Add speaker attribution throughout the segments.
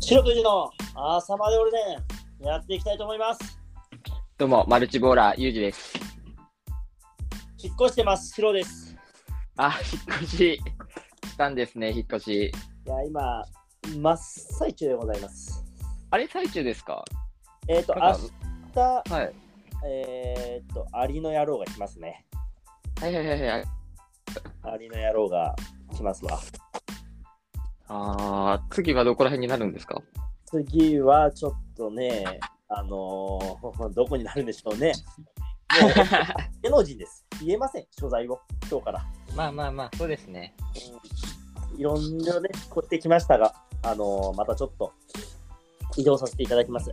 Speaker 1: 白とじの朝まで俺ね、やっていきたいと思います。
Speaker 2: どうも、マルチボーラー、ゆうじです。
Speaker 1: 引っ越してます、白です。
Speaker 2: あ、引っ越ししたんですね、引っ越し。
Speaker 1: いや、今、真っ最中でございます。
Speaker 2: あれ、最中ですか
Speaker 1: えっ、と、
Speaker 2: なんか
Speaker 1: 明
Speaker 2: はい。
Speaker 1: 日、えっ、と、アリの野郎が来ますね。
Speaker 2: はいはいはいはい。
Speaker 1: アリの野郎が来ますわ。
Speaker 2: あー、次はどこら辺になるんですか
Speaker 1: 次はちょっとね、あのー どこになるんでしょうね。もう芸能人です。言えません、所在を、今日から。
Speaker 2: まあまあまあ、そうですね。
Speaker 1: いろんなね、こってきましたが、あのーまたちょっと移動させていただきます。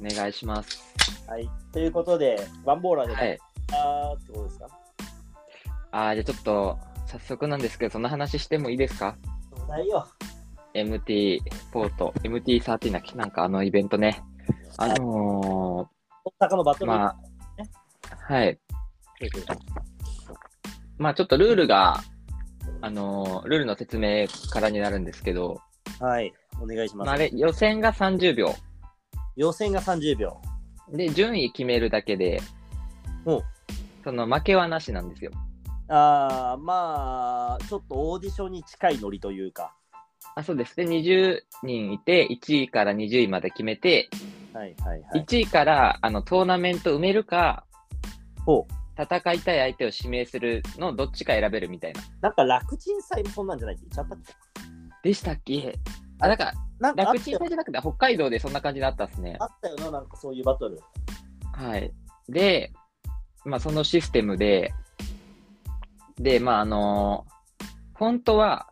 Speaker 2: お願いします。
Speaker 1: はい。ということで、ワンボーラーで
Speaker 2: はい。
Speaker 1: あーってことですか、
Speaker 2: あー、じゃあちょっと、早速なんですけど、その話してもいいですか
Speaker 1: そうないよ。
Speaker 2: ?MT ポート、MT13 だっけなんかあのイベントね。あの
Speaker 1: 大阪のバト
Speaker 2: ー、
Speaker 1: ル、
Speaker 2: まあ、はい。
Speaker 1: は
Speaker 2: まあちょっとルールが、あのールールの説明からになるんですけど、
Speaker 1: い。お願いします。
Speaker 2: まあ、あれ、予選が30秒。
Speaker 1: 予選が30秒。
Speaker 2: で、順位決めるだけで、
Speaker 1: うん
Speaker 2: その負けはなしなんですよ。
Speaker 1: あーまあ、ちょっとオーディションに近いノリというか。
Speaker 2: あ、そうです。で、20人いて、1位から20位まで決めて、
Speaker 1: はいはいはい。
Speaker 2: 1位からあのトーナメント埋めるか、
Speaker 1: ほう
Speaker 2: 戦いたい相手を指名するのどっちか選べるみたいな。
Speaker 1: なんか楽ちん祭もそんなんじゃないって言っちゃったっけ
Speaker 2: でしたっけあ、だから、
Speaker 1: なんかあっ
Speaker 2: 楽
Speaker 1: た
Speaker 2: ちん
Speaker 1: よ
Speaker 2: 戦じゃなくて、北海道でそんな感じだったっすね
Speaker 1: あ。ったよな、なんかそういうバトル。
Speaker 2: はい。で、まあ、そのシステムで、で、まあ、あの本当は、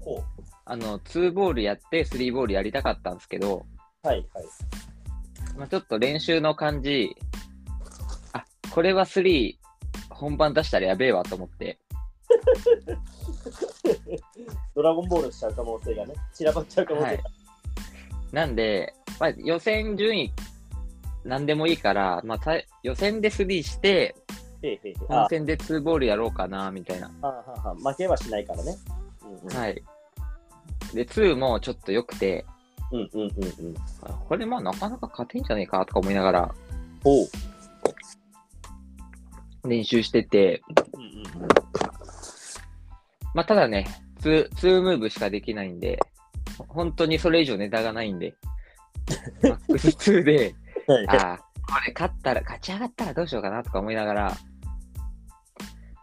Speaker 1: ほ
Speaker 2: あの、2ボールやって、3ボールやりたかったんですけど、
Speaker 1: う。はいはい。
Speaker 2: まあ、ちょっと練習の感じ、あ、これは3、本番出したらやべえわと思って、
Speaker 1: ドラゴンボールしちゃう可能性がね、散らばっちゃう可能性が。
Speaker 2: はいなんで、まあ、予選順位、なんでもいいから、まあ、さい予選で3して、
Speaker 1: へいへいへいあ
Speaker 2: 本戦で2ボールやろうかな、みたいな。
Speaker 1: ーはんはんはん負けはしないからね。うんうん
Speaker 2: はい。で、2もちょっと良くて、
Speaker 1: うんうんうんうん。
Speaker 2: あこれまあなかなか勝てんじゃねえかとか思いながら
Speaker 1: ほう。
Speaker 2: 練習してて、
Speaker 1: うんうんうん
Speaker 2: まあただね、2, 2ムーブしかできないんで、ほ本当にそれ以上ネタがないんで、マックス2で、
Speaker 1: はい
Speaker 2: あ
Speaker 1: はい
Speaker 2: あ、これ勝ったら、勝ち上がったらどうしようかなとか思いながら、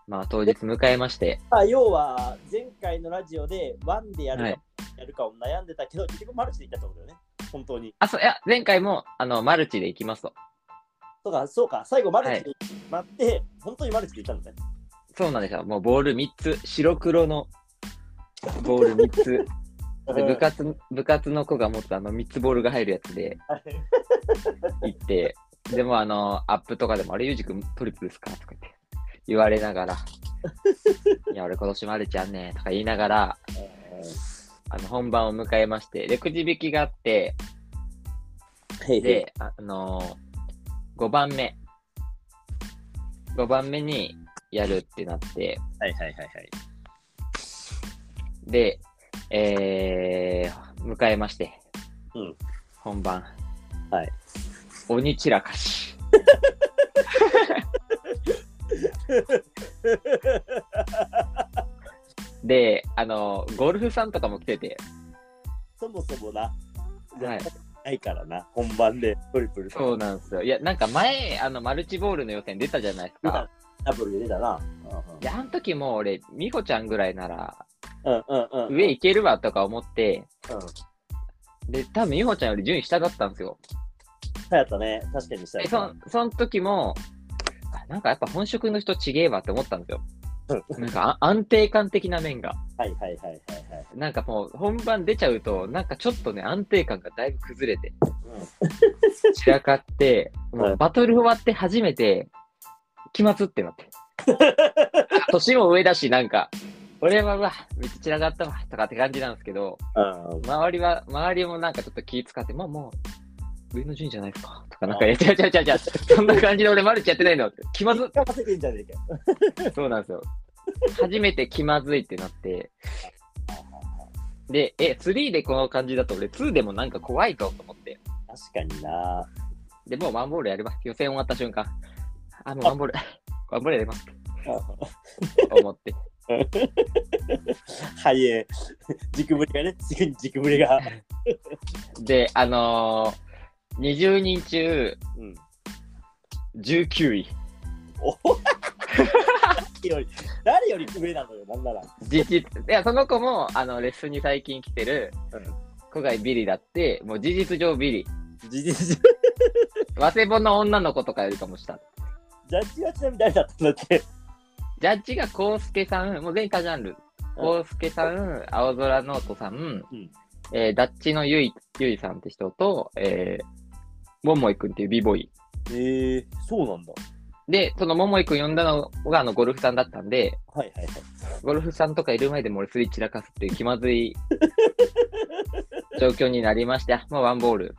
Speaker 2: まあ当日迎えまして、
Speaker 1: まあ、要は前回のラジオでワンでやるか,、
Speaker 2: はい
Speaker 1: やるかを悩んでたけど結局マルチでいったってことだよね本当に
Speaker 2: あ、そう、いや、前回も、あの、マルチで行きますと。
Speaker 1: そうかそうか最後マルチで待って、本当にマルチでいったんだね
Speaker 2: そうなんですよ。もうボール3つ、白黒のボール3つ。で部活部活の子が持つあの3つボールが入るやつで
Speaker 1: はい
Speaker 2: 行って、でもあの、アップとかでも、あれ、ゆうじくんトリプルですかとか言って言われ ながら、いや、俺今年マルチやんねとか言いながら、あの本番を迎えまして、で、くじ引きがあって、
Speaker 1: へいへい
Speaker 2: で、ああのー、5番目、5番目にやるってなって、
Speaker 1: はいはいはいはい
Speaker 2: で、えー、迎えまして、
Speaker 1: うん
Speaker 2: 本番。
Speaker 1: はい。
Speaker 2: 鬼散らかし。で、あの、ゴルフさんとかも来てて、
Speaker 1: そもそもな
Speaker 2: はい
Speaker 1: ないからな本番でトリプル
Speaker 2: そうなんですよ。いや、なんか前、あの、マルチボールの予選出たじゃないです
Speaker 1: 出
Speaker 2: か
Speaker 1: た。ダブルで出たな
Speaker 2: で、あの時も俺、美穂ちゃんぐらいなら、
Speaker 1: うんうんうんうん
Speaker 2: 上行けるわとか思って、
Speaker 1: うん
Speaker 2: で、多分美穂ちゃんより順位下だったんですよ。
Speaker 1: そうやったね確かにした
Speaker 2: えそんその時も、あなんかやっぱ本職の人ちげえわって思ったんですよ。なんかあ安定感的な面が。
Speaker 1: はいはいはいはいはい
Speaker 2: なんかもう本番出ちゃうと、なんかちょっとね、安定感がだいぶ崩れて、散らかって、もうバトル終わって初めて、期末ってなって。年も上だし、なんか、俺はうわ、めっちゃ散らかったわ、とかって感じなんですけど、
Speaker 1: うんうん
Speaker 2: 周りは、周りもなんかちょっと気使って、まあもう、上の順位じゃないですか、とか、なんか、いや、違う違う違う違う、そんな感じで俺マルチやってないのって、気まずっ
Speaker 1: 引っかかせてんじゃねえかよ
Speaker 2: そうなんですよ。初めて気まずいってなって、で、え、3でこの感じだと俺2でもなんか怖いぞと思って。
Speaker 1: 確かにな。
Speaker 2: で、もうワンボールやります。予選終わった瞬間。あ、もうワンボール、 ワンボールやりますと思って。
Speaker 1: はい、えー、軸ぶれがね、すぐに軸ぶれが。
Speaker 2: で、あのー、20人中
Speaker 1: うん、
Speaker 2: 19位。
Speaker 1: お誰より誰より上なのよ、なんなら。
Speaker 2: 実いや、その子も、あの、レッスンに最近来てる
Speaker 1: うん、
Speaker 2: 古外ビリだって、もう事実上ビリ。
Speaker 1: 事実上、
Speaker 2: ワセボの女の子とかよりかもした。
Speaker 1: ジャッジはちなみに誰だったんだって。
Speaker 2: ジャッジがコウスケさん、もう全多ジャンル。コウスケさん、青空ノートさん、
Speaker 1: うん
Speaker 2: えーダッチのゆいゆいさんって人と、えー、ももいくんっていう b ボーイ。
Speaker 1: えー、そうなんだ。
Speaker 2: で、そのももいくん呼んだのがあのゴルフさんだったんで、
Speaker 1: はいはいはい。
Speaker 2: ゴルフさんとかいる前でも俺スリ散らかすっていう気まずい状況になりまして、 もうワンボール。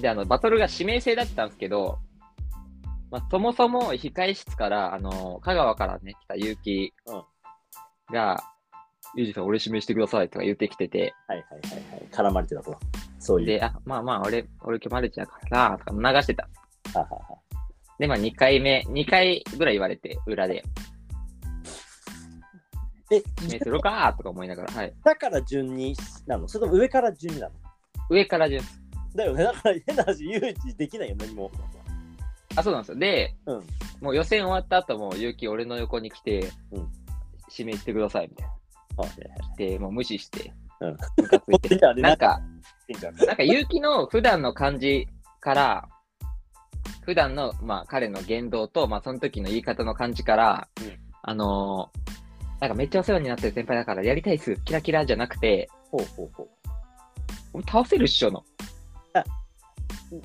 Speaker 2: で、あの、バトルが指名制だったんですけど、まあ、そもそも控室から、あの、香川からね、来た結城が、ゆうじさん、俺指名してくださいとか言ってきてて、
Speaker 1: はいはいはいはい。絡まれてたと。そういう。
Speaker 2: で、あ、まあまあ、俺、俺今日マルチだからな、とか流してた。
Speaker 1: ははは
Speaker 2: で、まあ、2回目、2回ぐらい言われて、裏で、
Speaker 1: え、
Speaker 2: 指名するかとか思いながら、はい。
Speaker 1: だから順になのそれとも上から順になの
Speaker 2: 上から順です。
Speaker 1: だよね。だから変な話、誘致できないよ、何も。
Speaker 2: あ、そうなんですよ。で、
Speaker 1: うん
Speaker 2: もう予選終わった後も、ゆうき俺の横に来て、
Speaker 1: うん
Speaker 2: 指名してください、みたいな。
Speaker 1: はいはい
Speaker 2: 来て、もう無視して、
Speaker 1: うん
Speaker 2: ム カつい
Speaker 1: こっち
Speaker 2: て。
Speaker 1: がね
Speaker 2: なんか、
Speaker 1: はい。
Speaker 2: なんかゆうきの普段の感じから、普段の、まあ、彼の言動と、まあ、その時の言い方の感じから、
Speaker 1: うん
Speaker 2: あのーなんかめっちゃお世話になってる先輩だから、やりたいっす、キラキラじゃなくて、
Speaker 1: ほうほうほ
Speaker 2: 俺倒せるっしょの。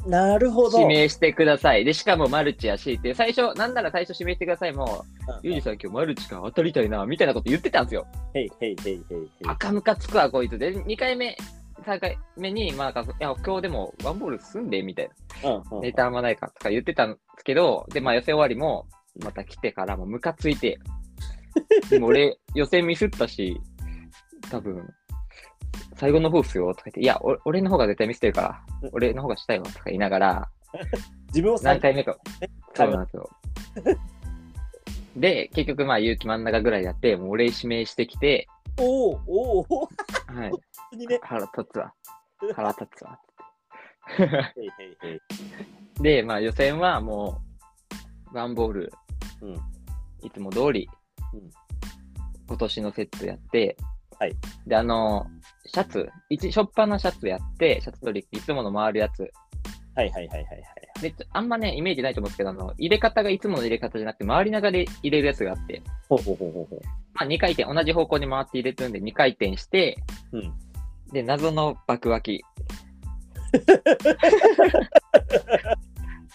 Speaker 1: う。なるほど。
Speaker 2: 指名してください。で、しかもマルチやしっていう、最初、なんなら最初指名してください。もう、
Speaker 1: うん
Speaker 2: ユージさん今日マルチか当たりたいな、みたいなこと言ってたんですよ。
Speaker 1: へいへいへいへいへい。
Speaker 2: 赤ムカつくわ、こいつ。で、2回目、3回目に、まあ、なんかいや今日でもワンボール済んで、みたい
Speaker 1: うん
Speaker 2: な。
Speaker 1: うん
Speaker 2: ネタあんまないかとか言ってたんですけど、で、まあ、予選終わりも、また来てから、もうムカついて。 でも俺、予選ミスったし、多分、最後の方っすよ、とか言って、いや、お俺の方が絶対ミスってるから、俺の方がしたいわ、とか言いながら、
Speaker 1: 自分を
Speaker 2: 何
Speaker 1: 参加
Speaker 2: 回目か。そうなんですよ。で、結局、まあ、勇気真ん中ぐらいやって、もう俺指名してきて、
Speaker 1: おおおお本
Speaker 2: はい、
Speaker 1: 当にね。
Speaker 2: 腹立 つわ。腹立つわ。
Speaker 1: へいへいへい。
Speaker 2: で、まあ、予選はもう、ワンボール、
Speaker 1: うん
Speaker 2: いつも通り、
Speaker 1: うん
Speaker 2: 今年のセットやって、
Speaker 1: はい、
Speaker 2: で、あの、シャツ、一、しょっぱなシャツやって、シャツ取り、いつもの回るやつ。
Speaker 1: はいはいはいはいはい。
Speaker 2: で、ちょあんまね、イメージないと思うんですけど、あの、入れ方がいつもの入れ方じゃなくて、回りながら入れるやつがあって、
Speaker 1: ほうほうほうほうほう。
Speaker 2: まあ、2回転、同じ方向に回って入れてるんで、2回転して、
Speaker 1: うん
Speaker 2: で、謎の爆 脇。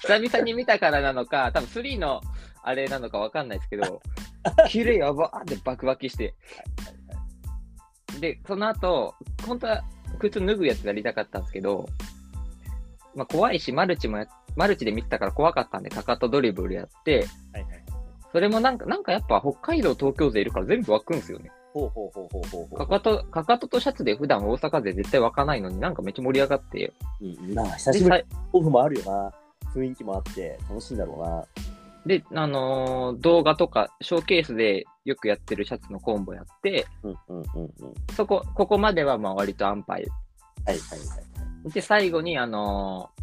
Speaker 2: 久々に見たからなのか、多分3のあれなのかわかんないですけど、キレやばーって爆脇して。で、その後、本当は靴脱ぐやつやりたかったんですけど、まあ、怖いし、マルチもや、マルチで見てたから怖かったんで、かかとドリブルやって、
Speaker 1: はいはい。
Speaker 2: それもなんか、なんかやっぱ北海道、東京勢いるから全部湧くんですよね。
Speaker 1: ほうほうほうほうほうほ
Speaker 2: か
Speaker 1: う。
Speaker 2: かと、かかととシャツで普段大阪勢絶対湧かないのになんかめっちゃ盛り上がって、
Speaker 1: うん、まあ、久
Speaker 2: で、
Speaker 1: しぶりに
Speaker 2: さい
Speaker 1: オフもあるよな。雰囲気もあって、楽しいんだろうな。
Speaker 2: で、あのー動画とか、ショーケースでよくやってるシャツのコンボやって、
Speaker 1: うんうんうんうん。は
Speaker 2: そこ、ここまではまあ割と安牌。
Speaker 1: いはいはい。
Speaker 2: で、最後にあのー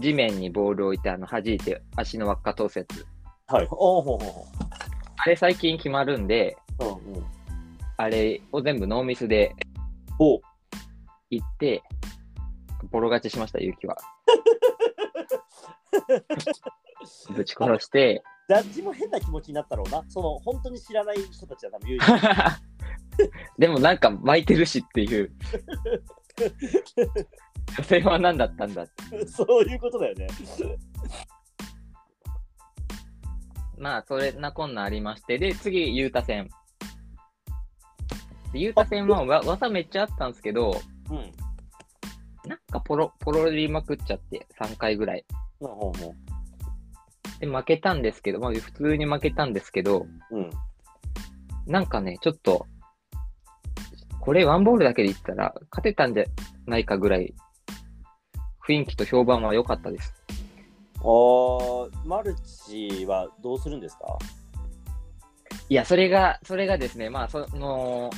Speaker 2: 地面にボールを置いて、あの、弾いて足の輪っか通すやつ。
Speaker 1: はい。おおほうほ
Speaker 2: あれ最近決まるんで、
Speaker 1: うほう。うんうん。
Speaker 2: あれを全部ノーミスで
Speaker 1: おう
Speaker 2: 行って、ボロ勝ちしました、ゆうきは。ぶち殺して、
Speaker 1: ジャッジも変な気持ちになったろうな。その、本当に知らない人たちは多分言う
Speaker 2: でもなんか巻いてるしっていう。女性は何だったんだって。
Speaker 1: そういうことだよね。
Speaker 2: まあ、それなこんなありまして。で、次、ゆうた戦。でゆうた戦はわ技めっちゃあったんですけど、
Speaker 1: うん。うん
Speaker 2: なんかポロ、ポロりまくっちゃって、3回ぐらい。
Speaker 1: ほうほ
Speaker 2: で、負けたんですけど、まあ、普通に負けたんですけど、
Speaker 1: う。うん。
Speaker 2: なんかね、ちょっと、これワンボールだけでいったら勝てたんじゃないかぐらい、雰囲気と評判は良かったです。
Speaker 1: あーマルチはどうするんですか
Speaker 2: いや、それが、それがですね、まあ、その、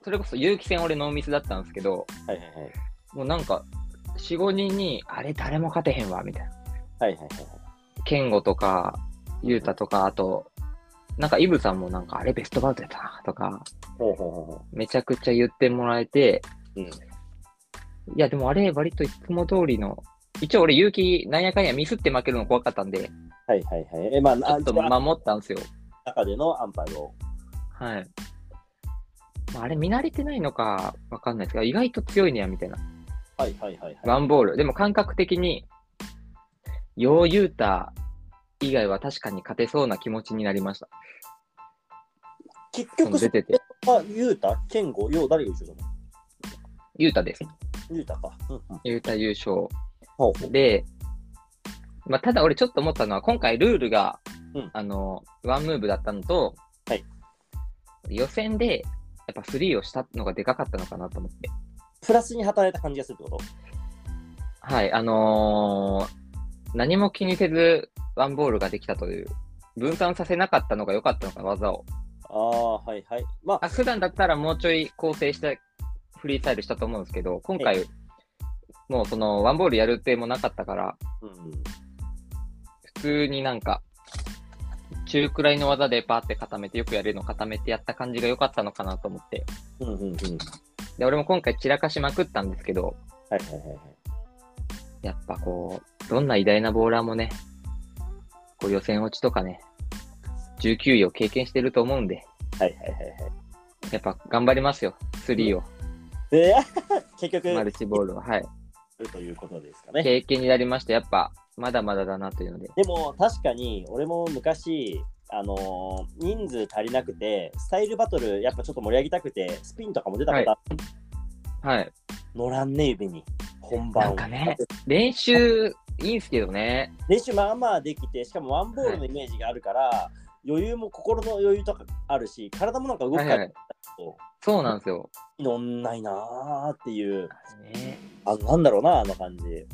Speaker 2: それこそ有機戦俺ノーミスだったんですけど、
Speaker 1: はいはいはい。
Speaker 2: もうなんか、4、5人に、あれ誰も勝てへんわ、みたいな。
Speaker 1: はいはいはい
Speaker 2: 健吾とか、ゆうたとか、あと、なんかイブさんもなんか、あれベストバウトやったな、とか、
Speaker 1: ほうほうほうほ
Speaker 2: めちゃくちゃ言ってもらえて、
Speaker 1: う。うん。
Speaker 2: いや、でもあれ、割といつも通りの、一応俺、勇気、なんやかんやミスって負けるの怖かったんで、ち
Speaker 1: はいはいはい。え、まあ、
Speaker 2: ょ
Speaker 1: な
Speaker 2: っ
Speaker 1: じ
Speaker 2: と
Speaker 1: ゃあ
Speaker 2: 守ったんですよ。
Speaker 1: 中での安牌を。
Speaker 2: はい。まあ、あれ、見慣れてないのかわかんないですけど、意外と強いねや、みたいな。
Speaker 1: はいはいはいはい。
Speaker 2: ワンボール。でも感覚的に、ヨーユータ以外は確かに勝てそうな気持ちになりました。
Speaker 1: 結
Speaker 2: その
Speaker 1: 局、
Speaker 2: 出
Speaker 1: そ
Speaker 2: てて。
Speaker 1: こはユータ、ケンゴ、ヨウ、誰が優勝した
Speaker 2: ユータです。
Speaker 1: のユータか。うんうん。
Speaker 2: ユータ優勝。
Speaker 1: ほうほう。
Speaker 2: で、まあ、ただ俺ちょっと思ったのは、今回ルールが、
Speaker 1: うん
Speaker 2: あの、ワンムーブだったのと、
Speaker 1: はい
Speaker 2: 予選で、やっぱスリーをしたのがでかかったのかなと思って。
Speaker 1: プラスに働いた感じがするってこと
Speaker 2: はい、あのー何も気にせず、ワンボールができたという、分散させなかったのが良かったのか、技を。
Speaker 1: ああー、はいはい。まあ、
Speaker 2: あ普段だったらもうちょい構成したフリースタイルしたと思うんですけど、今回、もうそのワンボールやる手もなかったから、
Speaker 1: うん。
Speaker 2: 普通になんか、中くらいの技でパーって固めて、よくやれるの固めてやった感じが良かったのかなと思って。
Speaker 1: うんうんうん。はい
Speaker 2: で、俺も今回散らかしまくったんですけど、
Speaker 1: はいはいはい。
Speaker 2: やっぱこう、どんな偉大なボーラーもね、こう予選落ちとかね、19位を経験してると思うんで、
Speaker 1: はいはいはいはい。
Speaker 2: やっぱ頑張りますよ、3を、
Speaker 1: で、 結局、
Speaker 2: マルチボールは。はい。
Speaker 1: ということですかね。
Speaker 2: 経験になりました。やっぱ、まだまだだなというので。
Speaker 1: でも、確かに、俺も昔、あのー人数足りなくて、スタイルバトル、やっぱちょっと盛り上げたくて、スピンとかも出たことある
Speaker 2: はい。
Speaker 1: 乗らんね、指に。本
Speaker 2: な
Speaker 1: 番を
Speaker 2: んかね、練習いいんすけどね。
Speaker 1: 練習まあまあできて、しかもワンボールのイメージがあるから、余裕も心の余裕とかあるし、体もなんか動く
Speaker 2: はい
Speaker 1: から、
Speaker 2: はい。そうなんですよ。
Speaker 1: 乗んないなーっていう、
Speaker 2: ね
Speaker 1: あのなんだろうな、あの感じ。はい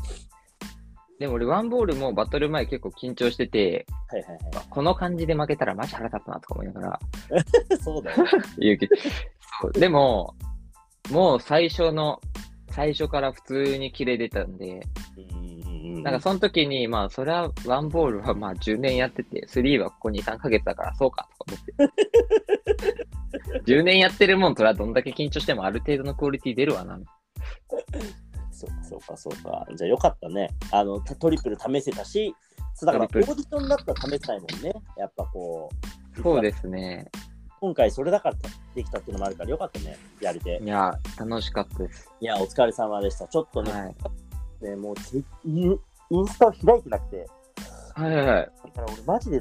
Speaker 2: でも俺、ワンボールもバトル前結構緊張してて、
Speaker 1: はい は
Speaker 2: この感じで負けたらマジ腹立つなとか思いながら、
Speaker 1: い。そうだよ。
Speaker 2: 勇気。そうでも、もう最初の、最初から普通にキレ出たんで、
Speaker 1: うん
Speaker 2: なんかその時に、まあ、それはワンボールはまあ10年やってて、3はここ2、3ヶ月だからそうかとか思って。10年やってるもんとらどんだけ緊張してもある程度のクオリティ出るわな。
Speaker 1: そうかそうかそうか。じゃあよかったね。あのトトリプル試せたし、そうだからオー
Speaker 2: ト
Speaker 1: デ
Speaker 2: リプ
Speaker 1: ィションだったら試せないもんね。やっぱこう。
Speaker 2: そうですね。
Speaker 1: 今回それだからできたっていうのもあるからよかったね。やりて
Speaker 2: い。や、楽しかったです。
Speaker 1: いや、お疲れ様でした。ちょっとね、
Speaker 2: はい。
Speaker 1: ねもうツイインインスタを開いてなくて、
Speaker 2: はいはいはい。
Speaker 1: だから俺マジで、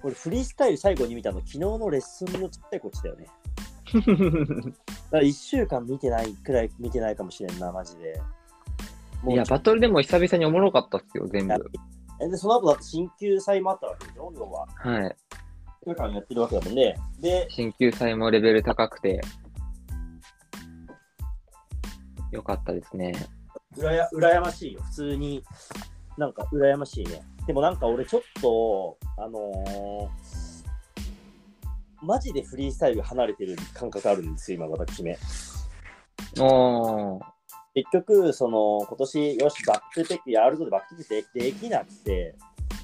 Speaker 1: これフリースタイル最後に見たの、昨日のレッスンのちっちゃいこっちだよね。だから1週間見てないくらい見てないかもしれんな、マジで。もう
Speaker 2: いや、バトルでも久々におもろかったっすよ、全部。
Speaker 1: えで、その後だって新旧祭もあったわけでしょ、要は。
Speaker 2: はい。
Speaker 1: 1週間やってるわけだもんね。で、
Speaker 2: 新旧祭もレベル高くて。よかったですね。
Speaker 1: うらや羨ましいよ、普通に。なんか、羨ましいね。でもなんか俺ちょっと、あのーマジでフリースタイル離れてる感覚あるんですよ、今私め。
Speaker 2: おー。
Speaker 1: 結局、その、今年、よし、バックトゥペックやるぞでバックトゥペックできなくて、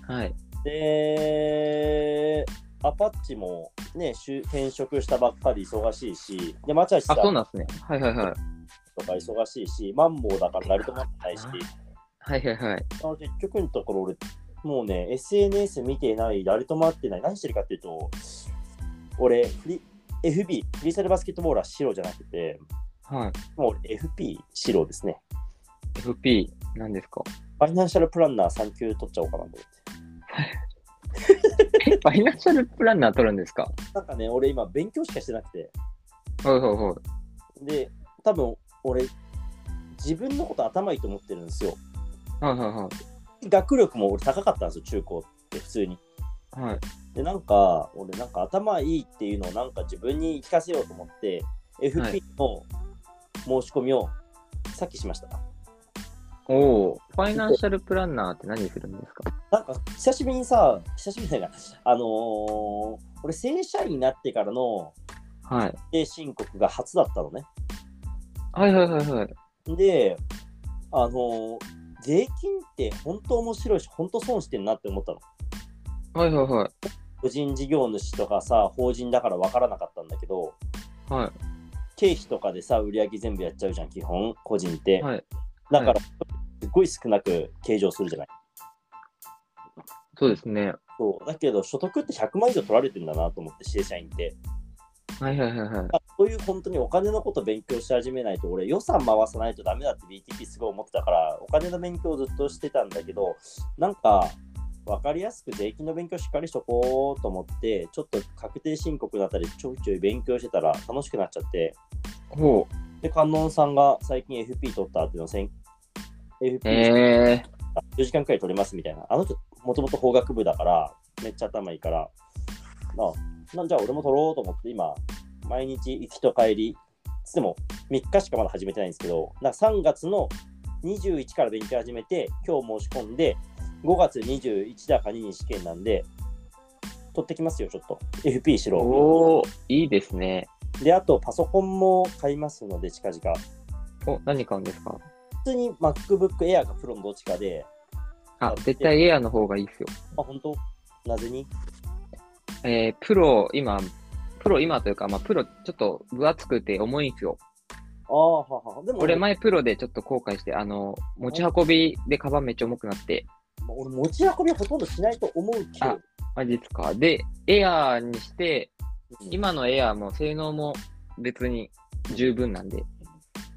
Speaker 2: はい。
Speaker 1: で、アパッチもね、就転職したばっかり忙しいし、で、マチャシさ
Speaker 2: あ、
Speaker 1: ん
Speaker 2: そうなんですね。はいはいはい。
Speaker 1: とか忙しいし、マンボウだから誰とも会ってないし、
Speaker 2: はいはいはい。
Speaker 1: あの結局のところ俺、もうね、SNS 見てない、誰とも会ってない、何してるかっていうと、俺、フリ FB、フリースタイルバスケットボーラー白じゃなくて、
Speaker 2: はい。
Speaker 1: もう俺 FP 白ですね。
Speaker 2: FP、何ですか
Speaker 1: ファイナンシャルプランナー3級取っちゃおうかなと思って。
Speaker 2: え、ファイナンシャルプランナー取るんですか
Speaker 1: なんかね、俺今勉強しかしてなくて、
Speaker 2: はいはいはい。
Speaker 1: で、多分俺、自分のこと頭いいと思ってるんですよ。
Speaker 2: はいは
Speaker 1: 学力も俺高かったんですよ、中高って普通に。
Speaker 2: いはい。はい。
Speaker 1: で、なんか、俺なんか頭いいっていうのをなんか自分に聞かせようと思って、
Speaker 2: はい
Speaker 1: FP の申し込みをさっきしました。
Speaker 2: おお、ファイナンシャルプランナーって何するんですか
Speaker 1: なんか久しぶりにさ、久しぶりだな、あのー俺正社員になってからの
Speaker 2: はい。
Speaker 1: 定申告が初だったのね。
Speaker 2: はいはいはいはい。
Speaker 1: で、あのー税金って本当面白いし、本当損してんなって思ったの。
Speaker 2: はいはいはい。
Speaker 1: 個人事業主とかさ、法人だから分からなかったんだけど、
Speaker 2: は
Speaker 1: 経費とかでさ、売り上げ全部やっちゃうじゃん、基本、個人って。
Speaker 2: い。はい。
Speaker 1: だから、すごい少なく計上するじゃない。
Speaker 2: そうですね。
Speaker 1: そうだけど、所得って100万以上取られてんだなと思って、正社員って。
Speaker 2: はいはいはいはい。
Speaker 1: あそういう本当にお金のこと勉強し始めないと、俺予算回さないとダメだって BTP すごい思ってたから、お金の勉強をずっとしてたんだけど、なんか分かりやすく税金の勉強しっかりしとこうと思って、ちょっと確定申告だったりちょいちょい勉強してたら楽しくなっちゃって、
Speaker 2: ほう。
Speaker 1: で、観音さんが最近 FP 取ったっていうのを先 FP
Speaker 2: ええ
Speaker 1: 4時間くらい取れますみたいな。あの人、もともと法学部だから、めっちゃ頭いいから、あなんじゃあ俺も取ろうと思って、今、毎日行きと帰り、つっても3日しかまだ始めてないんですけど、なんか3月の21から勉強始めて、今日申し込んで、5月21だか2に試験なんで、取ってきますよ、ちょっと。FP し
Speaker 2: ー。
Speaker 1: ろ。
Speaker 2: おお、いいですね。
Speaker 1: で、あと、パソコンも買いますので、近々。
Speaker 2: お、何買うんですか
Speaker 1: 普通に MacBook Air か Pro のどっちかで、
Speaker 2: あ、絶対エアの方がいいですよ。
Speaker 1: あ、本当なぜに
Speaker 2: えー、プロ、今、プロ今というか、まあ、プロちょっと分厚くて重いんですよ。
Speaker 1: ああ、はあはあ。でも
Speaker 2: 俺前プロでちょっと後悔して、あの、持ち運びでカバンめっちゃ重くなって、
Speaker 1: まあ俺持ち運びはほとんどしないと思うけど
Speaker 2: あ、マジですか。で、エアーにして、
Speaker 1: うん
Speaker 2: 今のエアーも性能も別に十分なんで、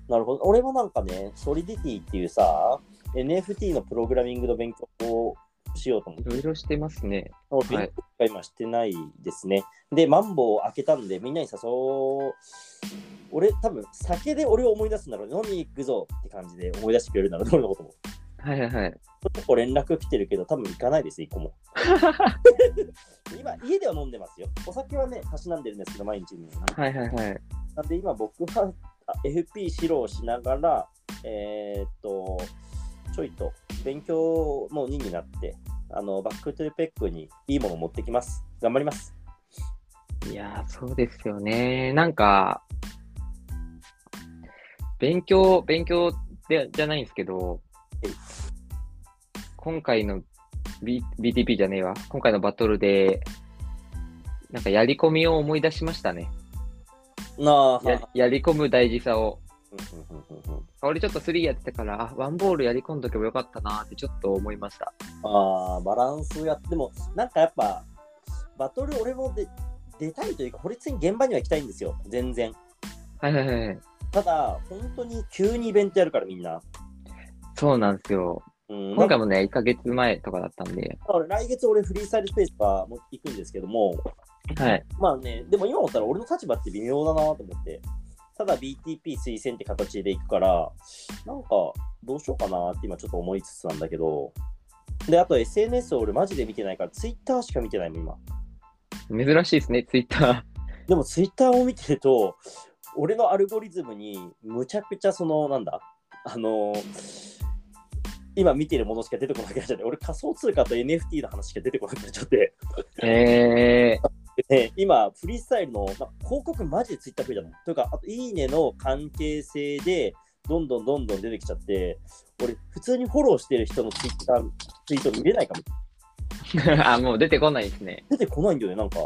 Speaker 1: なるほど俺もなんかねソリディティっていうさ NFT のプログラミングの勉強をしようと思っ
Speaker 2: い
Speaker 1: て
Speaker 2: ろいろしてますね。
Speaker 1: 俺
Speaker 2: は
Speaker 1: 勉
Speaker 2: い
Speaker 1: 強しか今してないですね、でマンボウ開けたんでみんなに誘う俺多分酒で俺を思い出すんだろうね飲みに行くぞって感じで思い出してくれるんだろうね俺のことも
Speaker 2: はいはいはい。
Speaker 1: 結構連絡来てるけど多分行かないです一個 も今家では飲んでますよお酒はねたしなんでるんですけど毎日飲む
Speaker 2: はいはいはい。
Speaker 1: なんで今僕はあ FP 指導をしながら、えーっと、ちょいと勉強の2になって、あの、バックトゥーペックにいいものを持ってきます。頑張ります。
Speaker 2: いやー、そうですよね。なんか、勉強、勉強でじゃないんですけど
Speaker 1: えい、
Speaker 2: 今回の、B、BTP じゃねえわ。今回のバトルで、なんかやり込みを思い出しましたね。
Speaker 1: なあ、はい
Speaker 2: ややり込む大事さを。
Speaker 1: うんうんうんうん
Speaker 2: 俺ちょっと3やってたから、あ、ワンボールやり込んどけばよかったなーってちょっと思いました。
Speaker 1: あーバランスやっても、なんかやっぱ、バトル俺もで出たいというか、これつに現場には行きたいんですよ、全然。
Speaker 2: はいはいはいはい。
Speaker 1: ただ、本当に急にイベントやるからみんな。
Speaker 2: そうなんですよ。
Speaker 1: うん、
Speaker 2: 今回
Speaker 1: も
Speaker 2: もね、1ヶ月前とかだったんで。
Speaker 1: 来月俺フリースタイルスペースはもう行くんですけども、
Speaker 2: はい。
Speaker 1: まあね、でも今思ったら俺の立場って微妙だなと思って、ただ BTP 推薦って形でいくから、なんかどうしようかなって今ちょっと思いつつなんだけど、で、あと SNS を俺マジで見てないから、Twitter しか見てないもん今。
Speaker 2: 珍しいですね、Twitter。
Speaker 1: でも Twitter を見てると、俺のアルゴリズムにむちゃくちゃその、なんだ、あの今見てるものしか出てこなくなっちゃって、俺仮想通貨と NFT の話しか出てこなくなっちゃって、
Speaker 2: えー、
Speaker 1: ね、今、フリースタイルの、ま、広告マジでツイッター増えたの。というか、あと、いいねの関係性で、どんどんどんどん出てきちゃって、俺、普通にフォローしてる人のツイッター、ツイート見れないかも。
Speaker 2: あ、もう出てこないですね。
Speaker 1: 出てこないんだよね、なんか。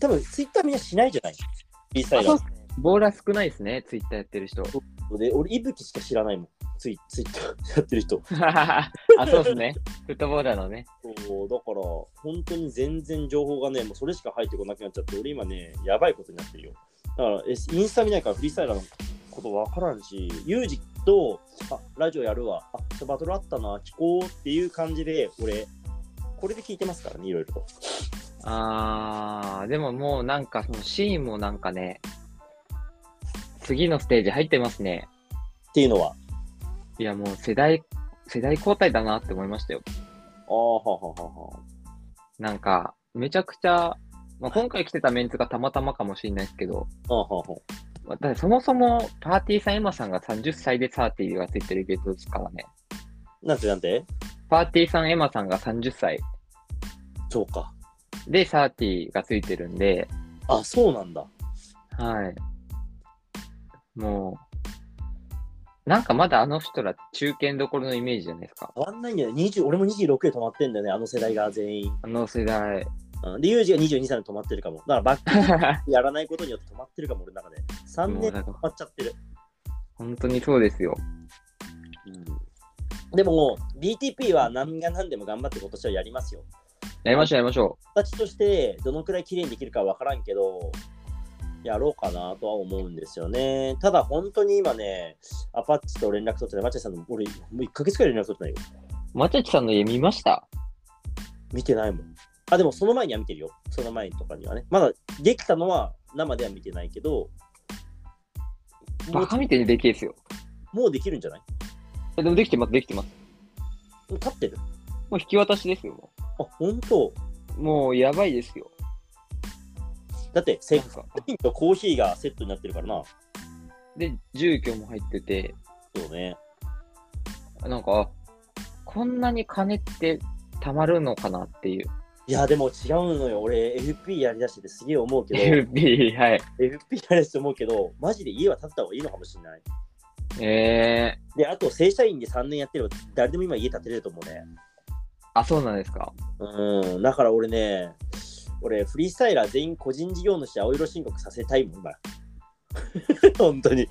Speaker 1: 多分、ツイッターみんなしないじゃないフリースタイ
Speaker 2: あ
Speaker 1: ル
Speaker 2: そう
Speaker 1: の
Speaker 2: っすねボーラー少ないですね、ツイッターやってる人。
Speaker 1: 人で。俺、いぶきしか知らないもん。ツイツイッターやってる人。
Speaker 2: あ、そうですね。フットボーラーのね。
Speaker 1: そうだから、本当に全然情報がね、もうそれしか入ってこなくなっちゃって、俺今ね、やばいことになってるよ。だから、えインスタ見ないからフリースタイラーのことわからんし、ユージと、あ、ラジオやるわ、あ、ちょバトルあったな、聞こうっていう感じで、俺、これで聞いてますからね、いろいろと。
Speaker 2: あー、でももうなんか、そのシーンもなんかね、次のステージ入ってますね。
Speaker 1: っていうのは、
Speaker 2: いや、もう世代、世代交代だなって思いましたよ。
Speaker 1: ああ、はははは。
Speaker 2: なんか、めちゃくちゃ、まあ、今回来てたメンツがたまたまかもしれないですけど、
Speaker 1: ああ、はは。
Speaker 2: だからそもそもパーティーさん、エマさんが30歳でサーティーがついてるイベントですからね。
Speaker 1: なんてなんて
Speaker 2: パーティーさん、エマさんが30歳
Speaker 1: そうか。
Speaker 2: でサーティーがついてるんで、
Speaker 1: あ、そうなんだ。
Speaker 2: はい。もう、なんかまだあの人ら中堅どころのイメージじゃないですか。
Speaker 1: 変わんないんだよね。20俺も26で止まってんだよね、あの世代が全員。
Speaker 2: あの世代。
Speaker 1: うん、で、ユージが22歳で止まってるかも。だからバック
Speaker 2: も
Speaker 1: やらないことによって止まってるかも、俺の中で。3
Speaker 2: う
Speaker 1: 年
Speaker 2: な
Speaker 1: 止
Speaker 2: んか
Speaker 1: まっちゃってる。
Speaker 2: 本当にそうですよ。
Speaker 1: でも、BTP は何が何でも頑張って今年はやりますよ。
Speaker 2: やりましょう、やりましょ
Speaker 1: 形としてどのくらい綺麗にできるかわからんけど、やろうかなとは思うんですよね。ただ本当に今ね、アパッチと連絡取ってない。マッチェさんの、俺、もう1ヶ月くらい連絡取ってないよ。
Speaker 2: う。マチャチさんの家見ました
Speaker 1: 見てないもん。あ、でもその前には見てるよ。その前とかにはね。まだできたのは生では見てないけど、も
Speaker 2: バ
Speaker 1: う
Speaker 2: カみたいにでけえですよ。
Speaker 1: もうできるんじゃない
Speaker 2: えでもできてます、できてます。
Speaker 1: もう立ってる。
Speaker 2: もう引き渡しですよ。も
Speaker 1: あ、本当
Speaker 2: うもうやばいですよ。
Speaker 1: だって、セ
Speaker 2: な
Speaker 1: ッ
Speaker 2: ん
Speaker 1: ク
Speaker 2: か。
Speaker 1: スとコーヒーがセットになってるからな。
Speaker 2: で、住居も入ってて、
Speaker 1: そうね。
Speaker 2: なんか、あこんなに金って貯まるのかなっていう。
Speaker 1: いや、でも違うのよ。俺、FP やりだしててすげえ思う け
Speaker 2: FP、はい。
Speaker 1: ど、FP やりだして思うけど、マジで家は建てた方がいいのかもしれない。
Speaker 2: えー、
Speaker 1: で、あと、正社員で3年やってれば、誰でも今家建てれると思うね。
Speaker 2: あ、そうなんですか。
Speaker 1: うん、だから俺ね、俺、フリースタイラー全員個人事業主青色申告させたいもん、今。 本当に。
Speaker 2: いや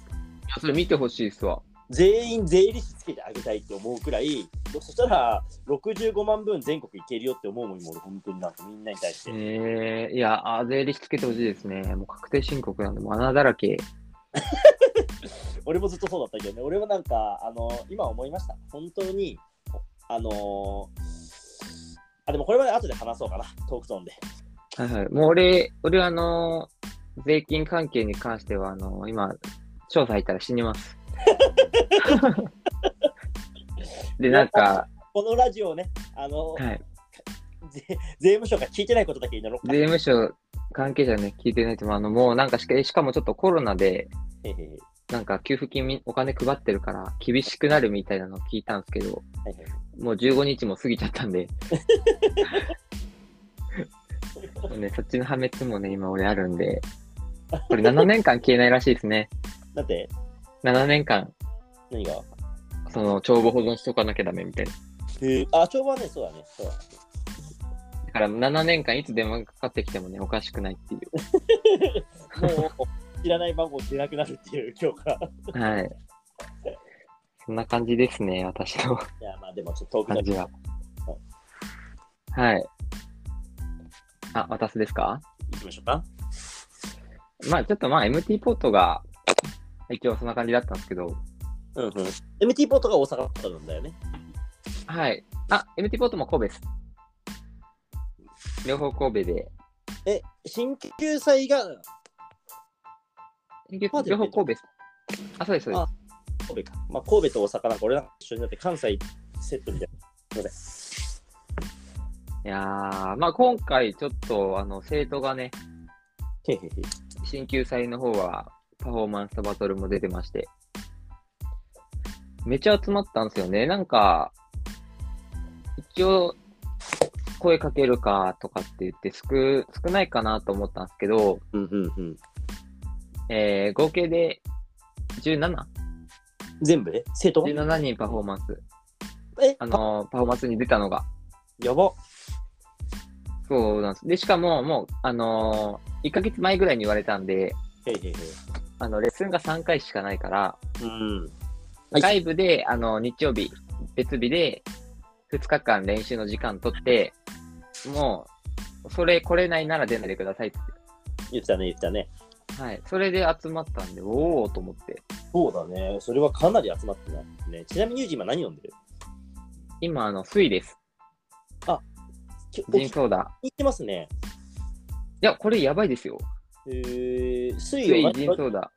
Speaker 2: それ見てほしいっすわ。
Speaker 1: 全員税理士つけてあげたいって思うくらい、そしたら65万分全国いけるよって思うもん、今俺、本当になんかみんなに対して。
Speaker 2: えー、いや、あ税理士つけてほしいですね。もう確定申告なんで、もう穴だらけ。
Speaker 1: 俺もずっとそうだったけどね、俺もなんか、あの今思いました。本当に、あのーあ、でもこれは後で話そうかな、トークゾーンで。
Speaker 2: はいはい。もう俺、俺あのー税金関係に関しては、あのー今、調査入ったら死にます。で、なんか、
Speaker 1: このラジオをね、あの
Speaker 2: はい、
Speaker 1: ぜ税務署が聞いてないことだけ祈ろうか。
Speaker 2: 税務署関係者ね、聞いてないと思う、あの、もうなんかしか、しかもちょっとコロナで、
Speaker 1: へへへ
Speaker 2: なんか給付金みお金配ってるから、厳しくなるみたいなのを聞いたんですけど、
Speaker 1: はいはい
Speaker 2: もう15日も過ぎちゃったんで。もうね、そっちの破滅もね、今俺あるんで。これ7年間消えないらしいですね。
Speaker 1: だって、
Speaker 2: 7年間、
Speaker 1: 何が
Speaker 2: その帳簿保存しとかなきゃダメみたいな。
Speaker 1: あ、帳簿はね、そうだね。そうだね
Speaker 2: だから7年間いつ電話がかかってきてもね、おかしくないっていう。
Speaker 1: もう、 知らない番号出なくなるっていう、今日から。
Speaker 2: はい。そんな感じですね、私の
Speaker 1: いや、まあでも、ちょっとトークゾー
Speaker 2: 感
Speaker 1: ン
Speaker 2: じ
Speaker 1: で
Speaker 2: は。はい。あ、私ですか
Speaker 1: いきましょうか。
Speaker 2: まあちょっとまあ MT ポートが、一応そんな感じだったんですけど、
Speaker 1: うんうん。MT ポートが大阪だったんだよね。
Speaker 2: はい。あ、MT ポートも神戸です。両方神戸で。
Speaker 1: え、新旧祭が神戸って
Speaker 2: 両方神戸です。あ、そうです、そうで
Speaker 1: あ神戸か。まあ、神戸と大阪なんか俺ら一緒になって関西セットみたいな。すいません。
Speaker 2: す。いやー、まあ今回ちょっと、あの、生徒がね、
Speaker 1: へへへ
Speaker 2: 新旧祭の方は、パフォーマンスとバトルも出てまして、めちゃ集まったんですよね。なんか、一応、声かけるかとかって言って少、少ないかなと思ったんですけど、
Speaker 1: うんうんうん。
Speaker 2: えー、合計で 17?17
Speaker 1: 全部で生徒
Speaker 2: 人パフォーマンス。
Speaker 1: え
Speaker 2: あのーパフォーマンスに出たのが。
Speaker 1: やば。
Speaker 2: そうなんです。で、しかも、もう、あのー、1ヶ月前ぐらいに言われたんで、
Speaker 1: へいへいへい。
Speaker 2: あの、レッスンが3回しかないから、
Speaker 1: うん。はい
Speaker 2: 外部で、あの、日曜日、別日で、2日間練習の時間取って、もう、それ来れないなら出ないでくださいって。
Speaker 1: 言ってたね、言ってたね。
Speaker 2: はい。それで集まったんで、おおと思って。
Speaker 1: そうだね。それはかなり集まってないね。ちなみにユージ今何飲んでる
Speaker 2: 今、あの、水です。
Speaker 1: きお
Speaker 2: ジ
Speaker 1: 聞
Speaker 2: ンソーダ。
Speaker 1: いてますね。
Speaker 2: いや、これやばいですよ。
Speaker 1: えー、水
Speaker 2: 水
Speaker 1: を、、
Speaker 2: ジンソーダ。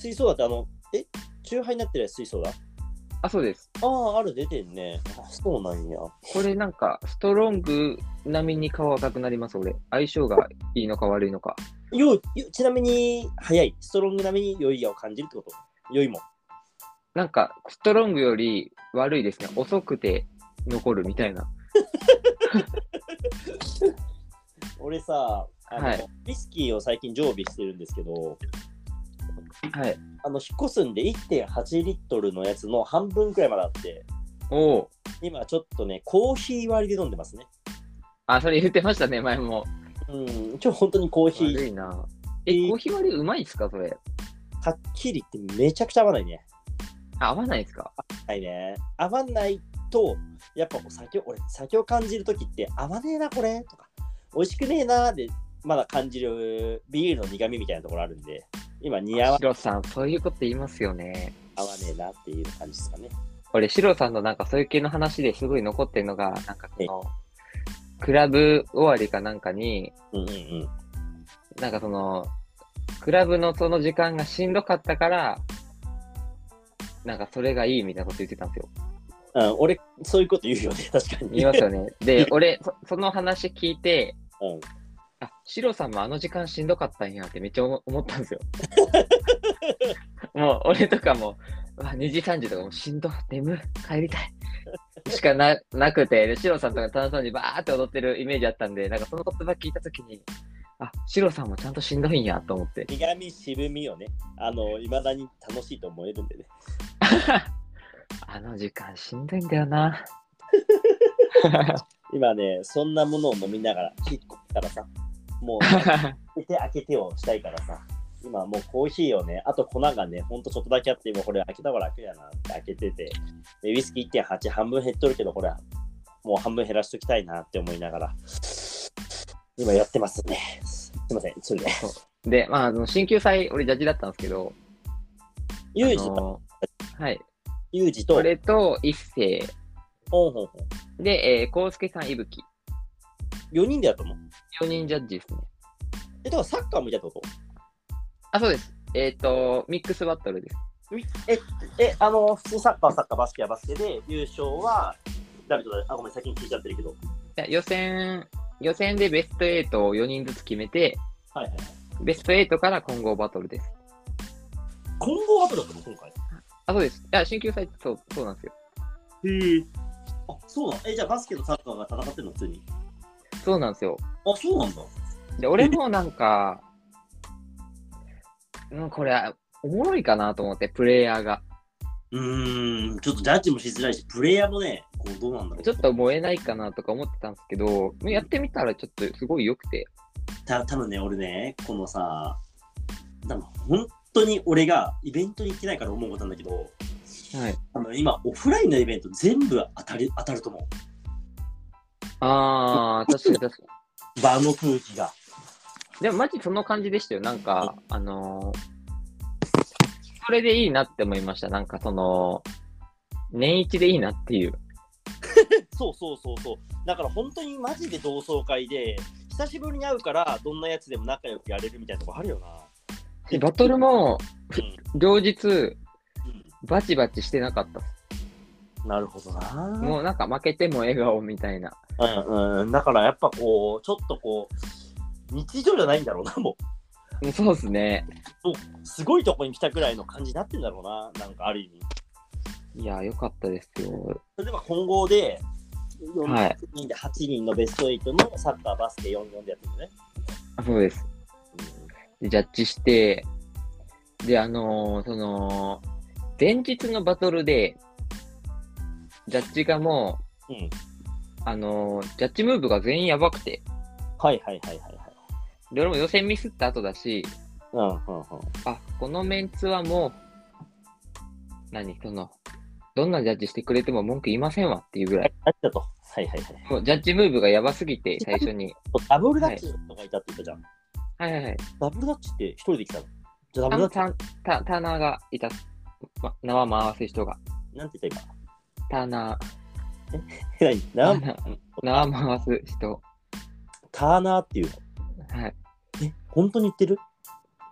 Speaker 1: 水槽だってあの、え中杯になってる水槽だ。
Speaker 2: あ、そうです。
Speaker 1: ああ、ある出てんね。あそうなんや。
Speaker 2: これなんか、ストロング並みに顔赤くなります、俺。相性がいいのか悪いのか。
Speaker 1: よいよちなみに、早い。ストロング並みに良いやを感じるってこと。良いもん。
Speaker 2: なんか、ストロングより悪いですね。遅くて残るみたいな。
Speaker 1: 俺さ、あの、
Speaker 2: はい
Speaker 1: ウイスキーを最近常備してるんですけど、
Speaker 2: はい。
Speaker 1: あの、引っ越すんで1.8リットルのやつの半分くらいまであって、
Speaker 2: おお。
Speaker 1: 今ちょっとね、コーヒー割りで飲んでますね。
Speaker 2: あ、それ言ってましたね、前も。
Speaker 1: うん、ちょ、本当にコーヒ
Speaker 2: 悪
Speaker 1: ー、
Speaker 2: いな。え、
Speaker 1: いい
Speaker 2: コーヒー割りうまいですかそれ。
Speaker 1: はっきり言ってめちゃくちゃ合わないね。
Speaker 2: あ合わないですか
Speaker 1: はいね。合わないと、やっぱお酒、俺、酒を感じるときって、合わねえな、これ、とか、美味しくねえな、で、まだ感じるビールの苦味みたいなところあるんで、今、似合わ
Speaker 2: シロさん、そういうこと言いますよね。
Speaker 1: 合わねえなっていう感じですかね。
Speaker 2: 俺、シロさんのなんかそういう系の話ですごい残ってるのが、なんかこの、クラブ終わりかなんかに、
Speaker 1: うんうんうん。
Speaker 2: なんかその、クラブのその時間がしんどかったから、なんかそれがいいみたいなこと言ってたんですよ。
Speaker 1: うん、俺、そういうこと言うよね、 確かに。
Speaker 2: 言いますよね。で、俺そ、その話聞いて、
Speaker 1: うん
Speaker 2: あ、シロさんもあの時間しんどかったんやってめっちゃ思思ったん ですよ。もう俺とかも、うわ2時3時とかもうしんど、眠、帰りたい。しかななくて、でシロさんとか楽しそうにバーって踊ってるイメージあったんで、なんかその言葉聞いたときに、あ、シロさんもちゃんとしんどいんやと思って。
Speaker 1: 苦味、渋みをね、あの、いまだに楽しいと思えるんでね。
Speaker 2: あの時間しんどいんだよな。
Speaker 1: 今ね、そんなものを飲みながら、引っ越したらさ、 もう、開けて開けてをしたいからさ、今もうコーヒーをね、あと粉がね、ほんとちょっとだけあって、もうこれ開けた方が楽やなって開けてて、でウイスキー1.8半分減っとるけど、これ、もう半分減らしときたいなって思いながら、今やってますね。すいません、それで。
Speaker 2: で、まあ、あの、新旧祭、俺ジャッジだったんですけど、
Speaker 1: ユージ
Speaker 2: あ
Speaker 1: と、
Speaker 2: のはい。
Speaker 1: ユージと、
Speaker 2: 俺と一星
Speaker 1: ほんほんほん。
Speaker 2: で、えー、コウスケさん、いぶき。
Speaker 1: 4人でやったの
Speaker 2: 4人ジャッジですね。
Speaker 1: え、だからサッカーもいたってこと
Speaker 2: あ、そうです。えっ、と、ミックスバトルです。
Speaker 1: え、あの、普通サッカー、サッカー、バスケはバスケで、優勝は、誰と誰、あ、ごめん、先に聞いちゃってるけど。
Speaker 2: いや予選、予選でベスト8を4人ずつ決めて、
Speaker 1: はいはいはい。
Speaker 2: ベスト8から混合バトルです。
Speaker 1: 混合バトルだったの、今回。
Speaker 2: あ、そうです。いや、新旧祭、そう、そうなんですよ。
Speaker 1: へえ。あ、そうなのえ、じゃあバスケとサッカーが戦ってるの、普通に。
Speaker 2: そうなんですよ。
Speaker 1: あ、そうなんだ。
Speaker 2: で、俺もなんか、 うん、これ、おもろいかなと思って、プレイヤーが。
Speaker 1: うーん、ちょっとジャッジもしづらいし、プレイヤーもね、こう、どうなんだろう。
Speaker 2: ちょっと燃えないかなとか思ってたんですけど、やってみたらちょっとすごい良くて。
Speaker 1: た多分ね、俺ね、このさ、多分本当に俺がイベントに行ってないから思うことなんだけど、
Speaker 2: はい。
Speaker 1: 多分今、オフラインのイベント全部当たり当たると思
Speaker 2: あー、確かに確かに。
Speaker 1: う。場の空気が。
Speaker 2: でもマジその感じでしたよ。なんか、あのーそれでいいなって思いました。なんかその、年一でいいなっていう。
Speaker 1: そうそうそうそう。だから本当にマジで同窓会で、久しぶりに会うから、どんなやつでも仲良くやれるみたいなとこあるよな。
Speaker 2: でバトルも、
Speaker 1: うん
Speaker 2: 両日、バチバチしてなかったっす。
Speaker 1: なるほどな。
Speaker 2: もうなんか負けても笑顔みたいな。
Speaker 1: うんうん、だからやっぱこう、ちょっとこう、日常じゃないんだろうな、も
Speaker 2: うんそうですね。
Speaker 1: う、すごいとこに来たぐらいの感じになってんだろうな、なんかある意味。
Speaker 2: いやー、良かったですよ。
Speaker 1: それでは混合で、
Speaker 2: は
Speaker 1: 4
Speaker 2: い
Speaker 1: 人で8人のベスト8のサッカー、バスケ44でやってるのね。
Speaker 2: あそうです。でジャッジして、で、あのーその、前日のバトルで、ジャッジがもう、
Speaker 1: うん
Speaker 2: あのージャッジムーブが全員やばくて、
Speaker 1: はいはいはいはい
Speaker 2: で、俺も予選ミスった後だし、
Speaker 1: はい。うんうんうん。
Speaker 2: あ、このメンツはもう、何、その、どんなジャッジしてくれても文句言いませんわっていうぐらい、
Speaker 1: あったと。はいはいはい。
Speaker 2: もうジャッジムーブがやばすぎて、最初に。
Speaker 1: ダブルダッチとかいたって言ったじゃん。
Speaker 2: はいはいはい。
Speaker 1: ダブルダッチって一人で来たのじゃあ
Speaker 2: あ
Speaker 1: ダブルダ
Speaker 2: の、タ
Speaker 1: ッ
Speaker 2: ーンタターナーがいた、ま、縄回す人が、
Speaker 1: チなんて言った今。
Speaker 2: ターナ
Speaker 1: 何
Speaker 2: ー、
Speaker 1: な
Speaker 2: 縄回す人。
Speaker 1: ターナーっていう
Speaker 2: はい。
Speaker 1: の。え、本当に言ってる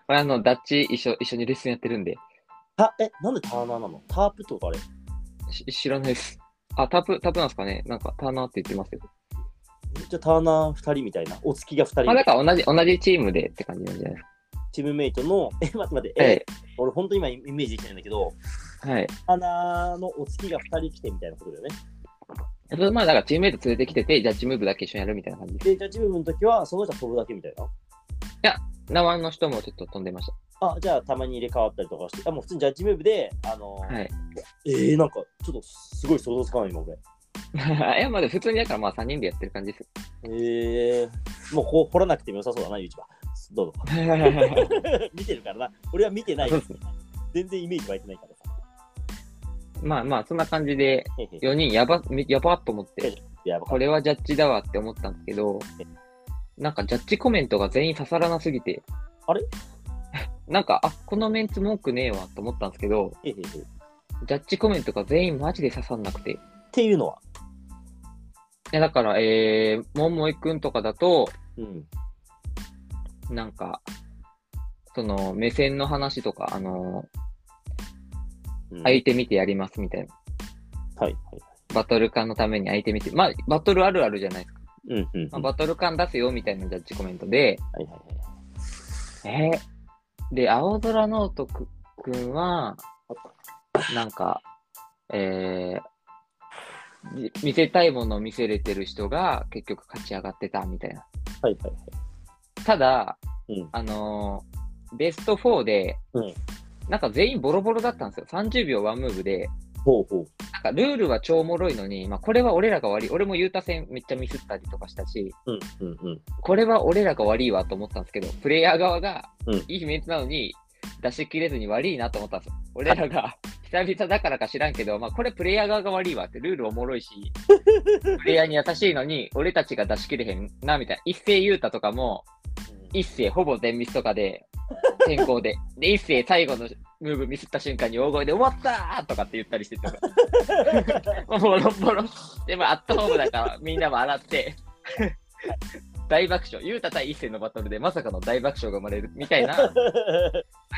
Speaker 2: これあの、ダッチ一緒、一緒にレッスンやってるんで、
Speaker 1: たえ、なんでターナーなのタープってことあれ
Speaker 2: し知らないです。あ、タープ、タープなんですかねなんか、ターナーって言ってますけど。
Speaker 1: めっちゃターナー2人みたいな、お月が2人み
Speaker 2: まあ
Speaker 1: た
Speaker 2: だ
Speaker 1: いな、
Speaker 2: から同じ、同じチームでって感じなんじゃないです
Speaker 1: チームメイトの、 え、待って待って、
Speaker 2: か。
Speaker 1: え
Speaker 2: え
Speaker 1: 俺、本当に今イメージできてないんだけど、
Speaker 2: え。はい。
Speaker 1: ターナーのお月が2人来てみたいなことだよね。
Speaker 2: それまあだからチームメイト連れてきてて、ジャッジムーブだけ一緒にやるみたいな感じです。
Speaker 1: で、ジャッジムーブの時は、その人は飛ぶだけみたいな。
Speaker 2: 縄の人もちょっと飛んでまし
Speaker 1: あ、じゃあ、たまに入れ替わったりとかして、あもう普通にジャッジムーブで、あの
Speaker 2: た。はい。
Speaker 1: えー、なんか、ちょっとすごい想像つかない今、俺。
Speaker 2: い や、まあでも普通にだからまあ3人でやってる感じです よ。
Speaker 1: えー、もうこう掘らなくても良さそうだな、ユーチューバー。どうぞ。見てるからな。俺は見てない
Speaker 2: そうですね。
Speaker 1: 全然イメージ湧いてないからさ。
Speaker 2: まあまあ、そんな感じで、
Speaker 1: へへ
Speaker 2: 4人やば、やばっと思っ
Speaker 1: は
Speaker 2: て
Speaker 1: い、やばか
Speaker 2: こ
Speaker 1: っ
Speaker 2: れはジャッジだわって思ったんですけど、なんかジャッジコメントが全員刺さらなすぎて、
Speaker 1: あれ
Speaker 2: なんか、あ、このメンツ文句ねえわと思ったんですけど、
Speaker 1: たへへへっ
Speaker 2: ジャッジコメントが全員マジで刺さんなくて。い
Speaker 1: ていうのは。
Speaker 2: や、だから、えー、もんもいくんとかだと、
Speaker 1: うん。
Speaker 2: なんか、その、目線の話とか、あの
Speaker 1: うん
Speaker 2: ー、相手見てやりますみたいな。
Speaker 1: はい。はい。
Speaker 2: バトル感のために相手見て、まあ、バトルあるあるじゃないですか。
Speaker 1: うんうん。は
Speaker 2: まあ、
Speaker 1: い
Speaker 2: バトル感出すよみたいなジャッジコメントで、
Speaker 1: はいはい。
Speaker 2: えーで、青空ノートくくんは、なんか、えーじ見せたいものを見せれてる人が結局勝ち上がってたみたいな。
Speaker 1: はいはいはい。
Speaker 2: ただ、
Speaker 1: うん
Speaker 2: あのーベスト4で、
Speaker 1: うん
Speaker 2: なんか全員ボロボロだったんですよ。30秒ワンムーブで、
Speaker 1: ほうほう。
Speaker 2: なんかルールは超おもろいのに、まあ、これは俺らが悪い。俺もユータ戦めっちゃミスったりとかしたし、
Speaker 1: うんうんうん。
Speaker 2: これは俺らが悪いわと思ったんですけど、プレイヤー側が
Speaker 1: うん
Speaker 2: いいメンツなのに出し切れずに悪いなと思ったんですよ。俺らが久々だからか知らんけど、まあ、これプレイヤー側が悪いわって、ルールお もろいし、プレイヤーに優しいのに、俺たちが出し切れへんなみたいな。一斉優太とかも、一斉ほぼ全ミスとかで、先行で。で、一斉最後のムーブミスった瞬間に大声で終わったーとかって言ったりしてた。ボロボロ。でもアットホームだからみんなも洗って。大爆笑。ユータ対一世のバトルでまさかの大爆笑が生まれるみたいな。だ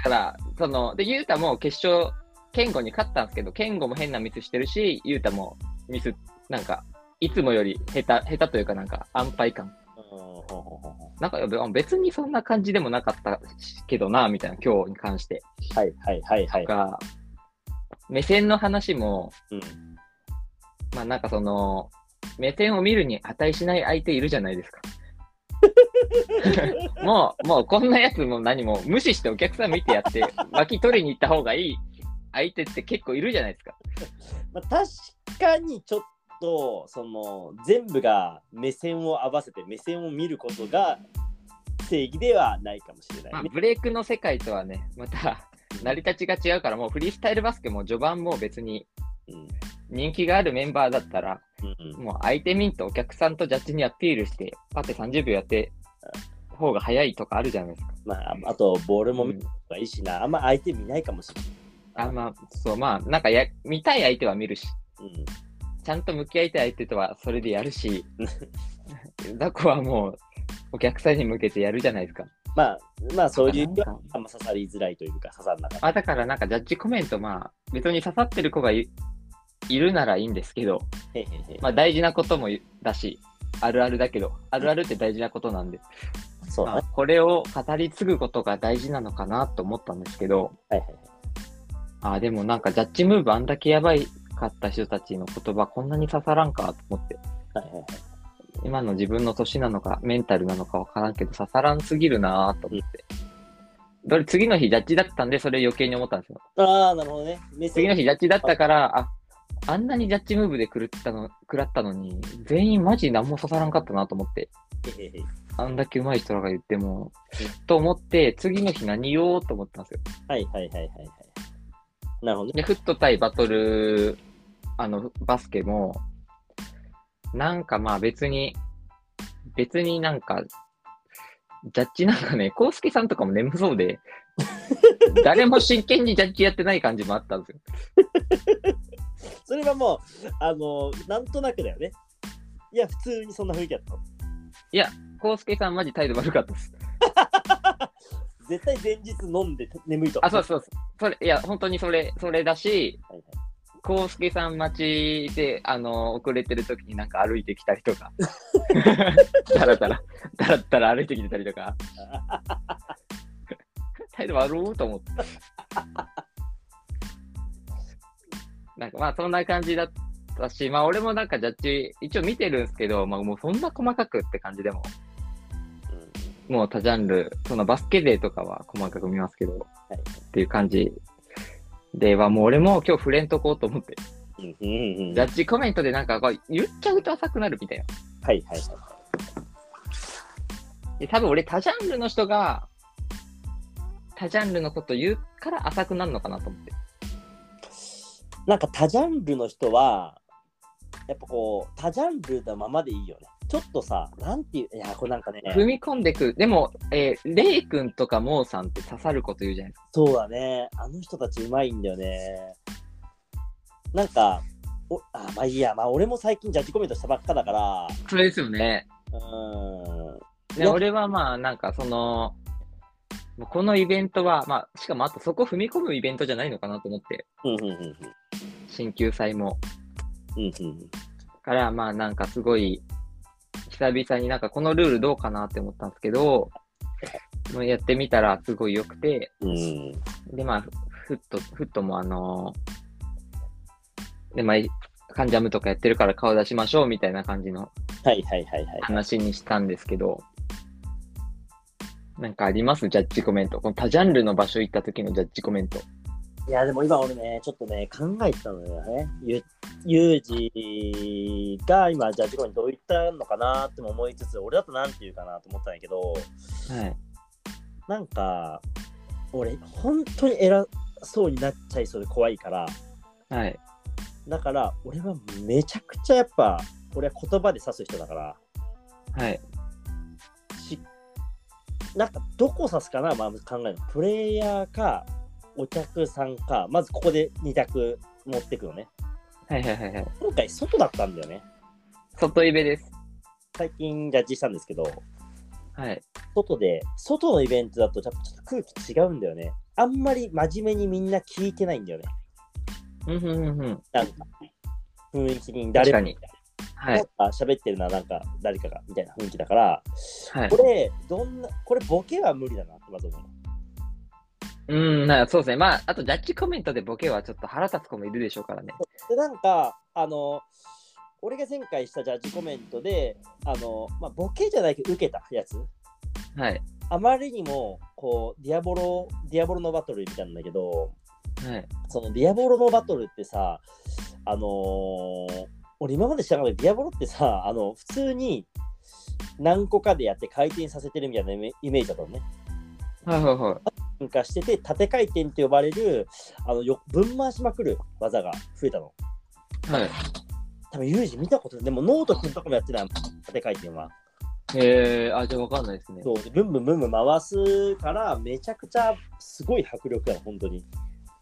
Speaker 2: から、その、で、ユータも決勝、ケンゴに勝ったんですけど、ケンゴも変なミスしてるし、ユータもミス、なんか、いつもより下手、下手というかなんか安牌感。
Speaker 1: うんほうほうほうほ
Speaker 2: なんかべ別にそんな感じでもなかったけどな、みたいな、今日に関して。
Speaker 1: うはいはいはいはい。
Speaker 2: が、目線の話も、
Speaker 1: うん
Speaker 2: まあなんかその、目線を見るに値しない相手いるじゃないです か。もう、もうこんなやつも何も無視してお客さん見てやって、脇取りに行った方がいい相手って結構いるじゃないですか。
Speaker 1: まあ、確かにちょっとその全部が目線を合わせて目線を見ることが正義ではないかもしれな
Speaker 2: まあ
Speaker 1: い、ね。
Speaker 2: ブレイクの世界とはね、また成り立ちが違うから、もうフリースタイルバスケも序盤もう別に
Speaker 1: うん
Speaker 2: 人気があるメンバーだったら、
Speaker 1: うん
Speaker 2: もう相手ミントお客さんとジャッジにアピールして、パって30秒やって、方が早いとかあるじゃないですか。
Speaker 1: まあ、あとボールも
Speaker 2: う
Speaker 1: 見
Speaker 2: ん
Speaker 1: た方がいいしな、あんま相手見ないかもしれない。
Speaker 2: あまあ、そう、まあ、なんかや、見たい相手は見るし、
Speaker 1: うん
Speaker 2: ちゃんと向き合いたい相手とはそれでや るし、ザコはもう、お客さんに向けてやるじゃないですか。
Speaker 1: まあ、まあそういう意
Speaker 2: なん
Speaker 1: 味では
Speaker 2: か
Speaker 1: あんま刺さりづらいというか刺さんなかった。
Speaker 2: まあ、だからなんかジャッジコメント、まあ、別に刺さってる子がいいるならいいんですけど、
Speaker 1: へへへ
Speaker 2: まあ、大事なこともだし、あるあるだけど、あるあるって大事なことなんで、
Speaker 1: そう
Speaker 2: ま
Speaker 1: だ
Speaker 2: あ
Speaker 1: ね。
Speaker 2: これを語り継ぐことが大事なのかなと思ったんですけど、
Speaker 1: はいはいはい。
Speaker 2: あーでもなんかジャッジムーブあんだけやばいかった人たちの言葉こんなに刺さらんかと思って
Speaker 1: はいはいはい
Speaker 2: 今の自分の年なのかメンタルなのかわからんけど刺さらんすぎるなーと思って、どれ次の日ジャッジだったんでそれ余計に思ったんですよ
Speaker 1: ああ、なるほどね。目
Speaker 2: 次の
Speaker 1: 線
Speaker 2: 日ジャッジだったからああんなにジャッジムーブで狂ったの食らったのに全員マジ何も刺さらんかったなと思って
Speaker 1: へへへ
Speaker 2: あんだけ上手い人らが言ってもと思って次の日何言おうと思ったんですよ
Speaker 1: はいはいはいはいはい。なるほどね。
Speaker 2: で、フット対バトル、あの、バスケも、なんかまあ別に、別になんか、ジャッジなんかね、コウスケさんとかも眠そうで、誰も真剣にジャッジやってない感じもあったんですよ。
Speaker 1: それはもう、あのーなんとなくだよね。いや、普通にそんな雰囲気だったの。
Speaker 2: コウスケさんマジ態度悪かったです。
Speaker 1: 絶対前日飲んで眠いと。
Speaker 2: あ、そうそうそう。それ、いや、本当にそれ、それだし、
Speaker 1: はいはい
Speaker 2: 康介さん待ちで、あの、遅れてる時になんか歩いてきたり とか、だらだら、だらだら歩いてきてたりとか、態度悪うと思って。なんかまあ、そんな感じだったし、まあ、俺もなんかジャッジ、一応見てるんですけど、まあ、もうそんな細かくって感じでも、もう他ジャンル、そのバスケ勢とかは細かく見ますけど、
Speaker 1: い
Speaker 2: っていう感じでは、もう俺も今日触れんとこうと思って、
Speaker 1: うんうんうん
Speaker 2: ジャッジコメントでなんかこう言っちゃうと浅くなるみたいな。
Speaker 1: はいはいはい。
Speaker 2: で、多分俺他ジャンルの人が、他ジャンルのこと言うから浅くなるのかなと思って。
Speaker 1: なんか多ジャンルの人は、やっぱこう、多ジャンルのままでいいよね。ちょっとさ、なんていう、いや、これなんかね、
Speaker 2: 踏み込んでく。でも、えーレイ君とかモーさんって刺さること言うじゃないですか。
Speaker 1: そうだね、あの人たちうまいんだよね。なんか、おあまあいいや、まあ俺も最近ジャッジコメントしたばっかだから、
Speaker 2: それですよね。
Speaker 1: うーん、
Speaker 2: で、俺はまあ、なんかその、もうこのイベントは、まあ、しかもあとそこ踏み込むイベントじゃないのかなと思って、
Speaker 1: うんうんうんうん
Speaker 2: 新旧祭も。
Speaker 1: うんうん
Speaker 2: から、まあなんかすごい、久々になんかこのルールどうかなって思ったんですけど、もうやってみたらすごい良くて、
Speaker 1: うん
Speaker 2: で、まあ、ふふっと、ふっともあのーで、まあ、カンジャムとかやってるから顔出しましょうみたいな感じの
Speaker 1: はいはいはいはい。
Speaker 2: 話にしたんですけど、なんかありますジャッジコメント。この多ジャンルの場所行った時のジャッジコメント。
Speaker 1: いや、でも今俺ね、ちょっとね、考えてたのよね。ゆゆうじが今、ジャッジコメントどう言ったのかなっても思いつつ、俺だとなんて言うかなと思ったんやけど、
Speaker 2: はい。
Speaker 1: なんか、俺、本当に偉そうになっちゃいそうで怖いから、
Speaker 2: はい。
Speaker 1: だから、俺はめちゃくちゃやっぱ、俺は言葉で指す人だから、
Speaker 2: はい。
Speaker 1: しなんかどこ指すかな、まあ、考えるプレイヤーかお客さんかまずここで2択持ってくのね
Speaker 2: はいはいはいはい。
Speaker 1: 今回外だったんだよね
Speaker 2: 外イベです。
Speaker 1: 最近ジャッジしたんですけど
Speaker 2: はい。
Speaker 1: 外で外のイベントだとやっぱちょっと空気違うんだよねあんまり真面目にみんな聞いてないんだよね
Speaker 2: うんうんうんうん。
Speaker 1: なんか雰囲気に
Speaker 2: 確
Speaker 1: 誰
Speaker 2: か
Speaker 1: か
Speaker 2: に
Speaker 1: に。
Speaker 2: はい。
Speaker 1: 喋ってるななんか誰かがみたいな雰囲気だから
Speaker 2: はい
Speaker 1: こ。れどんなこれボケは無理だなってまず思う
Speaker 2: うん、なんかそうですね。まあ、あとジャッジコメントでボケはちょっと腹立つ子もいるでしょうからね。
Speaker 1: でなんかあの俺が前回したジャッジコメントであの、まあ、ボケじゃないけど受けたやつ
Speaker 2: はい。
Speaker 1: あまりにもこうディアボロディアボロのバトルみたいなんだけど
Speaker 2: はい。
Speaker 1: そのディアボロのバトルってさあのー俺今まで知らなかったけどディアボロってさあの普通に何個かでやって回転させてるみたいなイメイメージだったのね。
Speaker 2: はいはいはい。
Speaker 1: 変化してて縦回転って呼ばれるあのよ分回しまくる技が増えたの。
Speaker 2: はい。
Speaker 1: 多分ユージ見たことないでもノートくんとかもやってない縦回転は
Speaker 2: へえー、あ、じゃあわかんないですね。
Speaker 1: そうでブンブンブンブン回すからめちゃくちゃすごい迫力だ本当に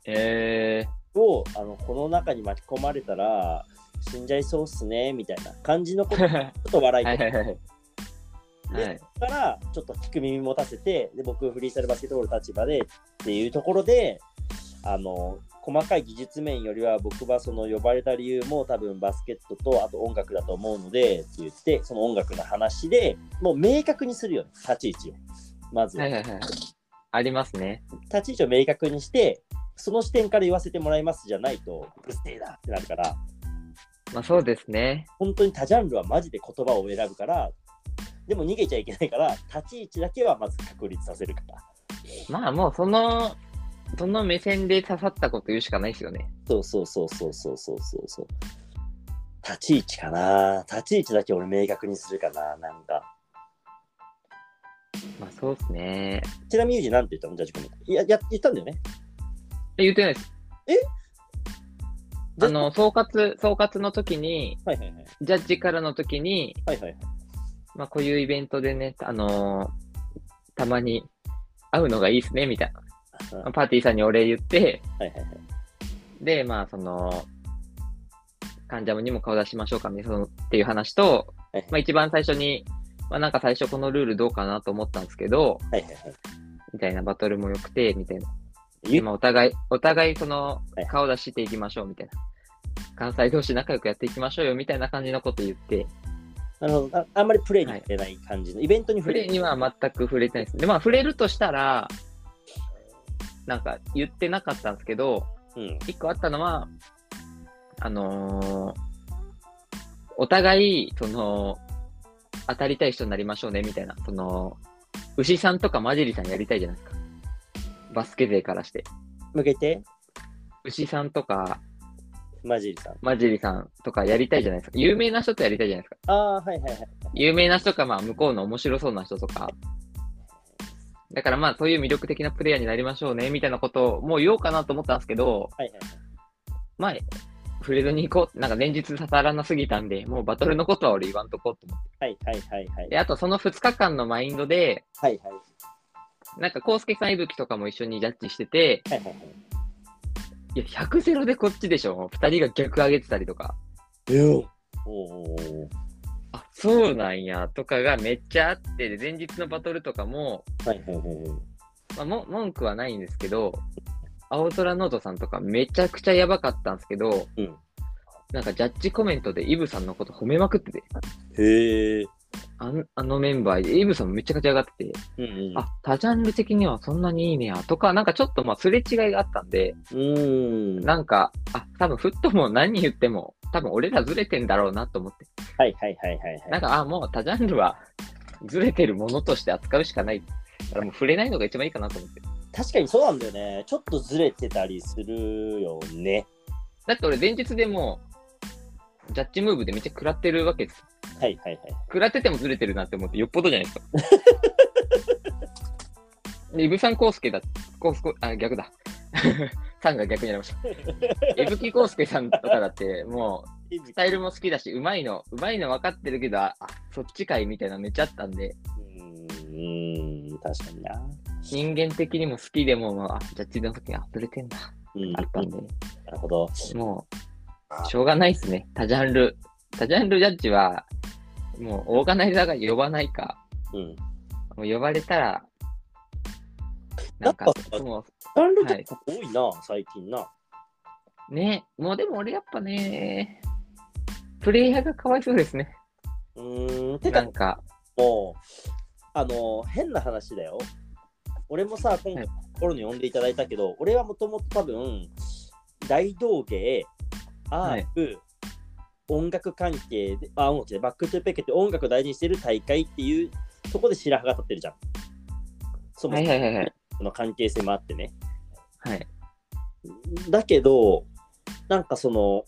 Speaker 2: え
Speaker 1: をあのこの中に巻き込まれたら死んじゃいそうっすねみたいな感じのこ
Speaker 2: ー、
Speaker 1: とちょ
Speaker 2: は
Speaker 1: っと笑
Speaker 2: い
Speaker 1: い
Speaker 2: は
Speaker 1: と
Speaker 2: い
Speaker 1: か
Speaker 2: はい。はい、
Speaker 1: らちょっと聞く耳持たせてで僕フリースタイルバスケットボール立場でっていうところであの細かい技術面よりは僕はその呼ばれた理由も多分バスケットとあと音楽だと思うのでって言ってその音楽の話でもう明確にするよね立ち位置をまず
Speaker 2: はいはいはい。ありますね。
Speaker 1: 立ち位置を明確にしてその視点から言わせてもらいますじゃないとうるせえなってなるから
Speaker 2: まあそうですね。
Speaker 1: 本当に他ジャンルはマジで言葉を選ぶからでも逃げちゃいけないから立ち位置だけはまず確立させるから
Speaker 2: まあもうその、その目線で刺さったこと言うしかないですよね。
Speaker 1: そうそうそうそうそうそうそうそう立ち位置かな立ち位置だけ俺明確にするかななんか
Speaker 2: まあそうですね。
Speaker 1: ちなみにユージなんて言ったのじゃあ自分いやや言ったんだよね
Speaker 2: え言ってないです。
Speaker 1: え
Speaker 2: あの、総括、総括の時に、
Speaker 1: はいはいはい
Speaker 2: ジャッジからの時に、
Speaker 1: はいはいはい
Speaker 2: まあこういうイベントでね、あのーたまに会うのがいいですね、みたいな。まあパーティーさんにお礼言って、
Speaker 1: はいはいはい
Speaker 2: で、まあ、その、患者にも顔出しましょうかね、そのっていう話と、
Speaker 1: はい
Speaker 2: まあ、一番最初に、まあ、なんか最初このルールどうかなと思ったんですけど、
Speaker 1: はいはいはい
Speaker 2: みたいなバトルも良くて、みたいな。
Speaker 1: 言う
Speaker 2: まあ、お互い、お互いその
Speaker 1: はい、
Speaker 2: 顔出していきましょう、みたいな。関西同士仲良くやっていきましょうよみたいな感じのこと言って、
Speaker 1: なるほどああんまりプレーに触れない感じの、イベントに
Speaker 2: 触
Speaker 1: 触れ
Speaker 2: れには全く触れてないです。で、まあ、触れるとしたら、なんか言ってなかったんですけど、
Speaker 1: うん
Speaker 2: 一個あったのは、あのーお互い、その、当たりたい人になりましょうね、みたいな。その、牛さんとかマジリさんやりたいじゃないですか。バスケ勢からして。
Speaker 1: 向けて
Speaker 2: 牛さんとか
Speaker 1: マジリさん
Speaker 2: マジリさんとかやりたいじゃないですか。有名な人とやりたいじゃないですか。
Speaker 1: ああはいはいはい
Speaker 2: 有名な人か、まあ、向こうの面白そうな人とか。だからまあ、そういう魅力的なプレイヤーになりましょうね、みたいなことをもう言おうかなと思ったんですけど、
Speaker 1: はいはい
Speaker 2: まあ、触れずに行こう。なんか連日刺さらなすぎたんで、もうバトルのことは俺言わんとこうと思って。
Speaker 1: はいはいはいはい
Speaker 2: で、あとその2日間のマインドで、
Speaker 1: はいはい
Speaker 2: なんか、コウスケさん、いぶきとかも一緒にジャッジしてて、
Speaker 1: はいはいはい
Speaker 2: いや、100ゼロでこっちでしょ ?2 人が逆上げてたりとか、
Speaker 1: えよおー
Speaker 2: あ、そうなんや、とかがめっちゃあって、で、前日のバトルとかも、
Speaker 1: はいはいはいはい
Speaker 2: まあ、も文句はないんですけど、青空ノートさんとかめちゃくちゃやばかったんですけど、
Speaker 1: うん
Speaker 2: なんかジャッジコメントでイブさんのこと褒めまくってて、
Speaker 1: へえ
Speaker 2: あのあのメンバーで、イブさんもめちゃくちゃ上がってて、
Speaker 1: うんうん
Speaker 2: あ、他ジャンル的にはそんなにいいねや、とか、なんかちょっとまあすれ違いがあったんで、
Speaker 1: うーんは
Speaker 2: なんか、あ、多分フットも何言っても、多分俺らずれてんだろうなと思って、
Speaker 1: いはいはいはいは
Speaker 2: ないんか、あ、もう他ジャンルはずれてるものとして扱うしかない。だからもう触れないのが一番いいかなと思って。
Speaker 1: 確かにそうなんだよねちょっとずれてたりするよね
Speaker 2: だって俺前日でもう、ジャッジムーブでめっちゃ食らってるわけです。
Speaker 1: はいはいはい
Speaker 2: 食らっててもずれてるなって思って、よっぽどじゃないですか。でイブさんコウスケだ、コウスコ、あ、逆だ。 さんが逆になりました。イブキコウスケさんとかだって、もう、スタイルも好きだし、うまいの、うまいの分かってるけど、あ、あそっちかいみたいなのめっちゃあったんで、
Speaker 1: うーん確かにな
Speaker 2: 人間的にも好きでも、もうあ、ジャッジの時に、あ、ずれてんだ、
Speaker 1: うん
Speaker 2: あったんで、
Speaker 1: なるほど
Speaker 2: もう、しょうがないっすね。多ジャンル。多ジャンルジャッジは、もう、オーガナイザーが呼ばないか、
Speaker 1: うん
Speaker 2: もう呼ばれたら、なんか
Speaker 1: やっ、ぱ
Speaker 2: も
Speaker 1: ジャンル結構多いな、最近な
Speaker 2: う、ね、もうでも俺やっぱね、プレイヤーがかわいそうですね。
Speaker 1: うーんて
Speaker 2: な
Speaker 1: か
Speaker 2: んか、
Speaker 1: もうあの変な話だよ俺もさ今
Speaker 2: は
Speaker 1: 回
Speaker 2: い
Speaker 1: 心に呼んでいただいたけど、俺はもともと多分大道芸アープ、音楽関係であ音楽でバックトゥーペッケって音楽を大事にしてる大会っていうとこで白羽が立ってるじゃんそも
Speaker 2: は
Speaker 1: そ
Speaker 2: い
Speaker 1: も
Speaker 2: はいはいはい。
Speaker 1: の関係性もあってね、
Speaker 2: はい、
Speaker 1: だけどなんかその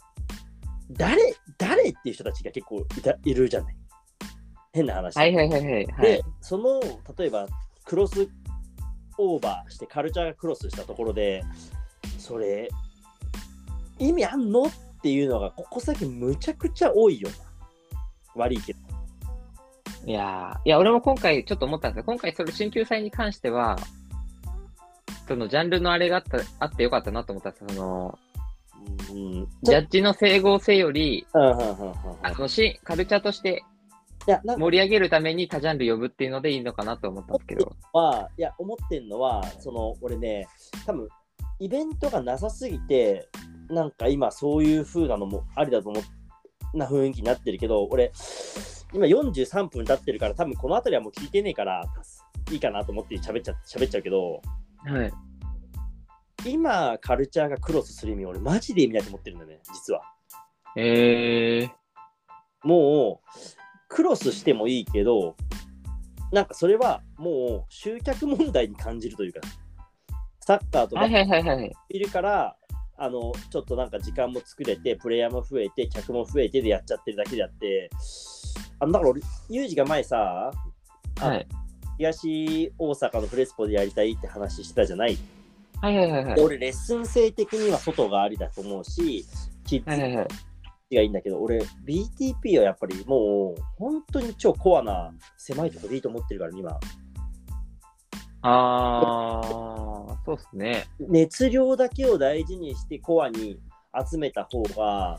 Speaker 1: 誰誰っていう人たちが結構いたいるじゃない変な話、
Speaker 2: はいはいはいはいは
Speaker 1: で
Speaker 2: い。
Speaker 1: その例えばクロスオーバーしてカルチャーがクロスしたところでそれ意味あんのっていうのがここ最近むちゃくちゃ多いよな悪いけど
Speaker 2: いやーいや、俺も今回ちょっと思ったんですけど、今回それ、新旧祭に関しては、そのジャンルのあれがあった、あってよかったなと思ったんですよその、
Speaker 1: うん
Speaker 2: ジャッジの整合性より、
Speaker 1: うんうんうんうんうん
Speaker 2: あのしカルチャーとして
Speaker 1: いやなんか
Speaker 2: 盛り上げるために他ジャンル呼ぶっていうのでいいのかなと思ったんですけど。
Speaker 1: はいや思ってんのはその俺ね多分イベントがなさすぎてなんか今そういう風なのもありだと思うな雰囲気になってるけど俺今43分経ってるから多分この辺りはもう聞いてねえからいいかなと思って喋っちゃ喋っちゃうけど
Speaker 2: はい。
Speaker 1: 今カルチャーがクロスする意味俺マジで意味ないと思ってるんだよね実は
Speaker 2: えー、
Speaker 1: もうクロスしてもいいけどなんかそれはもう集客問題に感じるというかサッカーとか
Speaker 2: はいはいはいはい。
Speaker 1: いるから、あのちょっとなんか時間も作れて、プレイヤーも増えて、客も増えてでやっちゃってるだけであって、あのだから俺、ユージが前さ、
Speaker 2: はい。
Speaker 1: 東大阪のプレスポでやりたいって話してたじゃない。
Speaker 2: はいはいはいはい
Speaker 1: で。俺、レッスン性的には外がありだと思うし、キッ
Speaker 2: はい
Speaker 1: ズ
Speaker 2: はいはい。
Speaker 1: がいいんだけど、俺、BTP はやっぱりもう、本当に超コアな狭いところでいいと思ってるから、今。
Speaker 2: あー、そうっすね。
Speaker 1: 熱量だけを大事にしてコアに集めた方が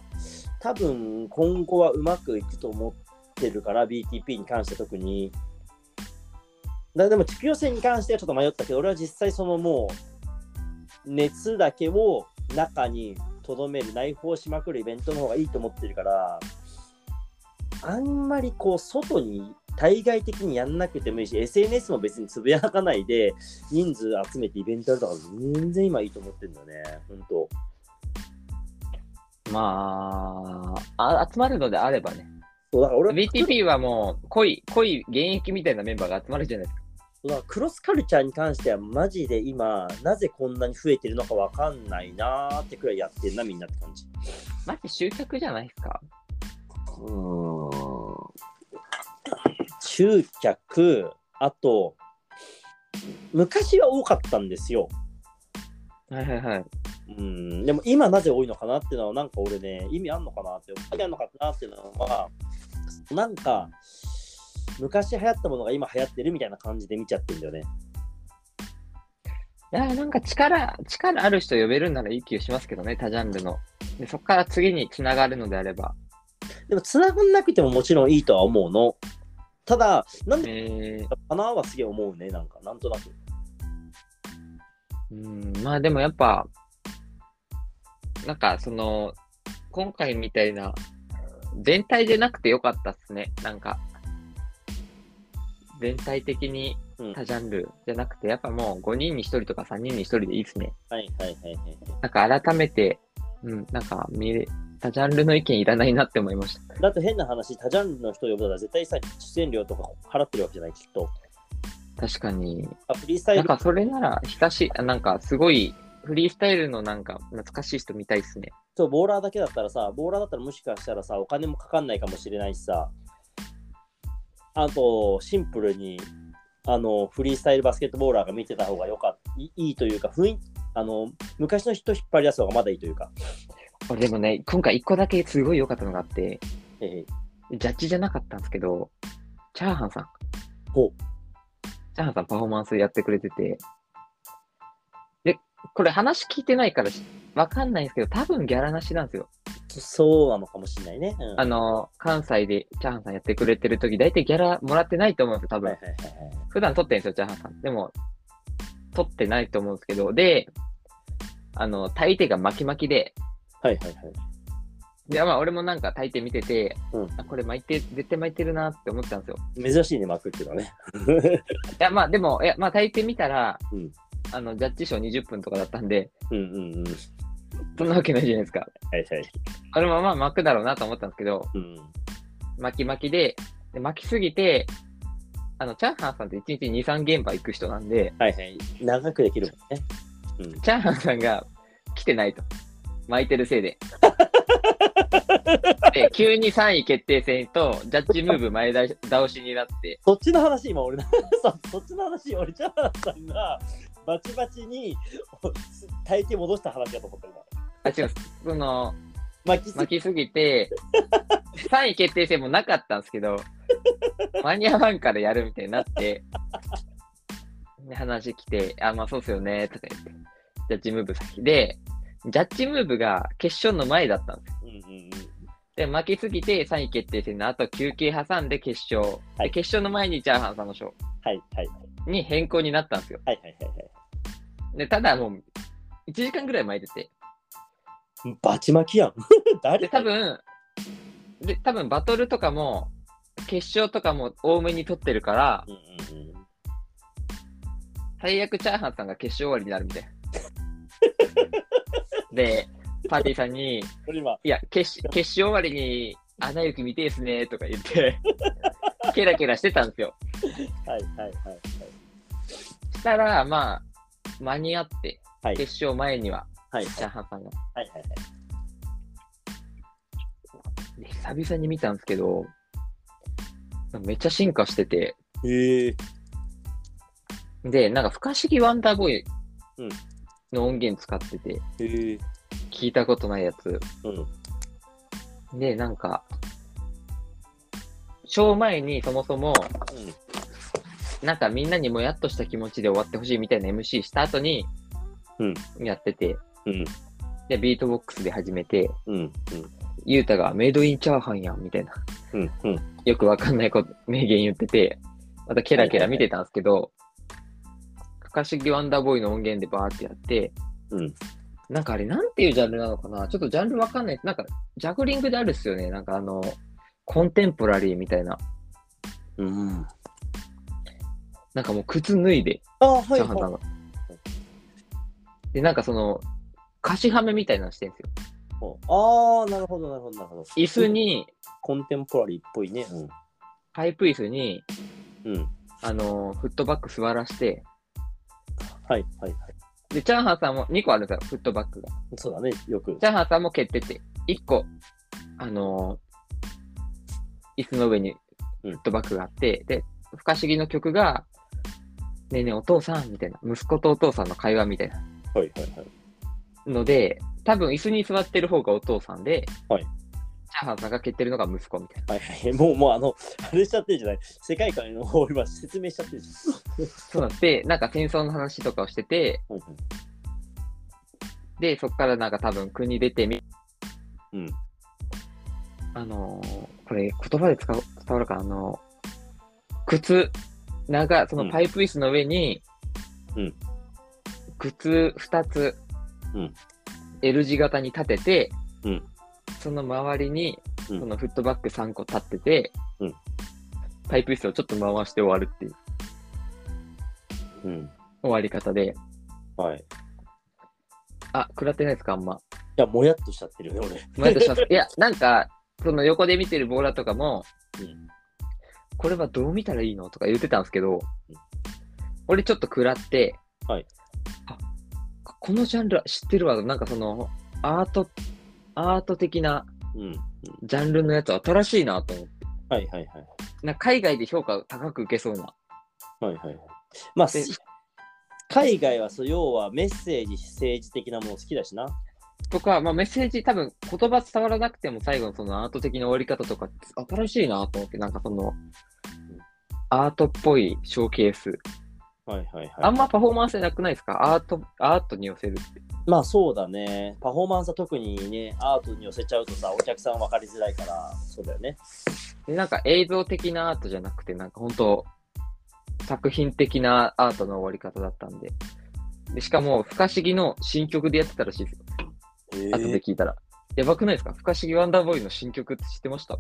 Speaker 1: 多分今後はうまくいくと思ってるから BTP に関して特にだでも地区予選に関してはちょっと迷ったけど俺は実際そのもう熱だけを中にとどめる、内包しまくるイベントの方がいいと思ってるから、あんまりこう、外に対外的にやんなくてもいいし、SNS も別につぶやかないで、人数集めてイベントやるとか、全然今いいと思ってるんだよね、ほんと。
Speaker 2: まああ、集まるのであればね。
Speaker 1: そうだから俺は
Speaker 2: BTP はもう、濃い、濃い現役みたいなメンバーが集まるじゃないですか。
Speaker 1: だからクロスカルチャーに関してはマジで今なぜこんなに増えてるのかわかんないなーってくらいやってんなみんなって感じ
Speaker 2: マジ集客じゃないですか。
Speaker 1: うん集客あと昔は多かったんですよ
Speaker 2: はいはいはい。
Speaker 1: うんでも今なぜ多いのかなっていうのはなんか俺ね意味あんのかなって意味あんのかなっていうのはなんか昔流行ったものが今流行ってるみたいな感じで見ちゃってるんだよね
Speaker 2: いや、なんか力、力ある人呼べるならいい気がしますけどね、他ジャンルの。で、そこから次につながるのであれば。
Speaker 1: でも繋がんなくてももちろんいいとは思うの。ただ、なんで
Speaker 2: えー、
Speaker 1: かなはすげえ思うね、なんか、なんとなく。
Speaker 2: うん、まあでもやっぱ、なんかその、今回みたいな、全体でなくてよかったっすね、なんか。全体的に
Speaker 1: うん
Speaker 2: 他ジャンルじゃなくて、やっぱもう5人に1人とか3人に1人でいいっすね。
Speaker 1: はいはいはいはい。
Speaker 2: なんか改めて、うん、なんか見れ、他ジャンルの意見いらないなって思いました。
Speaker 1: だって変な話、他ジャンルの人呼ぶなら絶対さ、出演料とか払ってるわけじゃない、きっと。
Speaker 2: 確かに、
Speaker 1: あフリースタイ
Speaker 2: なん
Speaker 1: ル
Speaker 2: かそれなら、ひたし、あなんかすごい、フリースタイルのなんか懐かしい人見たいっすね。
Speaker 1: とボーラーだけだったらさ、ボーラーだったらもしかしたらさ、お金もかかんないかもしれないしさ、あと、シンプルに、あの、フリースタイルバスケットボーラーが見てた方がよかった、いいいというか、雰囲あの、昔の人引っ張り出す方がまだいいというか。
Speaker 2: 俺でもね、今回一個だけすごい良かったのがあって、
Speaker 1: ええ
Speaker 2: ジャッジじゃなかったんですけど、チャーハンさん。
Speaker 1: ほう
Speaker 2: チャーハンさんパフォーマンスやってくれてて。で、これ話聞いてないからしわかんないんですけど、多分ギャラなしなんですよ。
Speaker 1: そそうなのかもしれないね。うん
Speaker 2: あの、関西でチャーハンさんやってくれてる時、大体ギャラもらってないと思うんですよ、多
Speaker 1: はい。
Speaker 2: 分
Speaker 1: はいはいはい。
Speaker 2: 普段撮ってるんですよ、チャーハンさん。でも、撮ってないと思うんですけど、で、あの、大抵が巻き巻きで、
Speaker 1: はいはいはい。
Speaker 2: で、まあ、俺もなんか大抵見てて、
Speaker 1: うん
Speaker 2: あこれ巻いて、絶対巻いてるなって思ってたんですよ。
Speaker 1: 珍しいね、巻くっていうのはね。
Speaker 2: いや、まあ、でも、いや、まあ、大抵見たら、
Speaker 1: うん
Speaker 2: あの、ジャッジ賞20分とかだったんで、
Speaker 1: うんうんうん。はい
Speaker 2: そんなわけないじゃないですか。
Speaker 1: はい。
Speaker 2: 俺もまあ、巻くだろうなと思ったんですけど、
Speaker 1: うん。
Speaker 2: 巻き巻きで、で巻きすぎて、あの、チャーハンさんって1日2、3現場行く人なんで、
Speaker 1: はいはい。長くできるもんね。
Speaker 2: チャーハンさんが来てないと。巻いてるせいで。で、急に3位決定戦と、ジャッジムーブ前倒しになって、
Speaker 1: そっちの話、今俺な、 そそっちの話、俺、チャーハンさんが、バチバチにお体型戻した話だと思った今。
Speaker 2: あ、違う、その、
Speaker 1: 巻きすぎ
Speaker 2: 巻きすぎて、3位決定戦もなかったんですけ ど、間に合わんからやるみたいになって、で話来て、あ、まあそうっすよね、とか言って、ジャッジムーブ先で、ジャッジムーブが決勝の前だったんですよ
Speaker 1: うんうん
Speaker 2: で、負けすぎて3位決定戦の後、休憩挟んで決勝。
Speaker 1: は
Speaker 2: で
Speaker 1: い
Speaker 2: 決勝の前にチャーハンさんの賞
Speaker 1: はいはい
Speaker 2: に変更になったんですよ。
Speaker 1: はいはいはいはい
Speaker 2: で、ただもう、1時間ぐらい巻いてて。
Speaker 1: はい。バチ巻きやん。 誰
Speaker 2: で、多分、で、多分バトルとかも、決勝とかも多めに取ってるから
Speaker 1: う、んうんうん。
Speaker 2: 最悪チャーハンさんが決勝終わりになるみたい な。で、パーティーさんに、
Speaker 1: 俺今、
Speaker 2: いや、決し決勝終わりに、アナ雪見てえっすねとか言 って、ケラケラしてたんですよ。
Speaker 1: はいはいはい。
Speaker 2: したら、まあ、間に合って、
Speaker 1: はい
Speaker 2: 決勝前には、
Speaker 1: はい
Speaker 2: チャーハンさんが。
Speaker 1: はいはいはい。
Speaker 2: で久々に見たんですけど、めっちゃ進化してて、
Speaker 1: へえ
Speaker 2: で、なんか、不可思議ワンダーボーイ
Speaker 1: うん
Speaker 2: の音源使ってて、
Speaker 1: へえ。
Speaker 2: 聞いたことないやつ。
Speaker 1: うん。
Speaker 2: で、なんか、ショー前にそもそも、なんかみんなにもやっとした気持ちで終わってほしいみたいな MC した後に、
Speaker 1: うん
Speaker 2: やってて、
Speaker 1: うん
Speaker 2: で、ビートボックスで始めて、
Speaker 1: うん
Speaker 2: ゆうたがメイドインチャーハンやんみたいな、
Speaker 1: うんうん。
Speaker 2: よくわかんないこと、名言言ってて、またケラケラ見てたんですけど、かかしぎワンダーボーイの音源でバーってやって、
Speaker 1: うん
Speaker 2: なんかあれ、なんていうジャンルなのかなちょっとジャンルわかんない。なんか、ジャグリングであるっすよね。なんかあの、コンテンポラリーみたいな。
Speaker 1: うん。あ
Speaker 2: なんかもう靴脱いで、
Speaker 1: あ、はい、
Speaker 2: チャーハンな
Speaker 1: は
Speaker 2: の。で、なんかその、貸しはめみたいなのしてんすよ。
Speaker 1: い。ああ、なるほど、なるほど、なるほど。
Speaker 2: 椅子に、
Speaker 1: コンテンポラリーっぽいね。うん。
Speaker 2: パイプ椅子に、
Speaker 1: うん。
Speaker 2: あの、フットバッグ座らして、
Speaker 1: はい、はい、はい。
Speaker 2: で、チャーハンさんも2個あるんですよ、フットバッグが。
Speaker 1: そうだね、よく。
Speaker 2: チャーハンさんも蹴ってて、1個、あのー椅子の上にフットバッグがあって、で、不可思議の曲が、ねえねえお父さんみたいな、息子とお父さんの会話みたいな
Speaker 1: はい、はい、はい。
Speaker 2: ので、多分椅子に座ってる方がお父さんで、
Speaker 1: はい
Speaker 2: チャーハンさんが蹴ってるのが息子みたいな。
Speaker 1: はいはい、もう、もう、あの、あれしちゃってるじゃない。世界観の方を今説明しちゃってるじ
Speaker 2: そうなって、なんか戦争の話とかをしてて、
Speaker 1: ゃん。
Speaker 2: で、そこからなんか多分国出てみ、
Speaker 1: うん
Speaker 2: あのーこれ言葉で使う伝わるかなあのー靴、長、そのパイプ椅子の上に、
Speaker 1: うん
Speaker 2: 靴2つ、
Speaker 1: うん
Speaker 2: L 字型に立てて、
Speaker 1: うん
Speaker 2: その周りに、
Speaker 1: うん
Speaker 2: そのフットバッグ3個立ってて、
Speaker 1: うん
Speaker 2: パイプ椅子をちょっと回して終わるっていう
Speaker 1: うん。うん。
Speaker 2: 終わり方で、
Speaker 1: はい。い
Speaker 2: あ、食らってないですかあんま。
Speaker 1: や、もやっとしちゃってるね、俺。
Speaker 2: 毎年します。いや、なんか、その横で見てるボーラーとかも、
Speaker 1: うん
Speaker 2: これはどう見たらいいのとか言ってたんですけど、俺ちょっと食らって、
Speaker 1: はい
Speaker 2: あこのジャンル知ってるわ。なんかその、アート、アート的な
Speaker 1: うん。
Speaker 2: ジャンルのやつ新しいなと思って。
Speaker 1: はい、はい、はい。
Speaker 2: なんか海外で評価高く受けそうな。
Speaker 1: はいはいはい。まあ、
Speaker 2: です
Speaker 1: 海外はそう要はメッセージ、政治的なもの好きだしな。
Speaker 2: とか、まあ、メッセージ多分言葉伝わらなくても最後のそのアート的な終わり方とか新しいなと思って、なんかその、アートっぽいショーケース
Speaker 1: はいはいはい。
Speaker 2: あんまパフォーマンスじゃなくないですかアート、アートに寄せるって。
Speaker 1: まあそうだね。パフォーマンスは特にね、アートに寄せちゃうとさ、お客さん分かりづらいから、そうだよね。
Speaker 2: で、なんか映像的なアートじゃなくて、なんか本当作品的なアートの終わり方だったんで。でしかも、不可思議の新曲でやってたらしいですよ。後で聞いたら。やばくないですか不可思議ワンダーボーイの新曲って知ってましたっ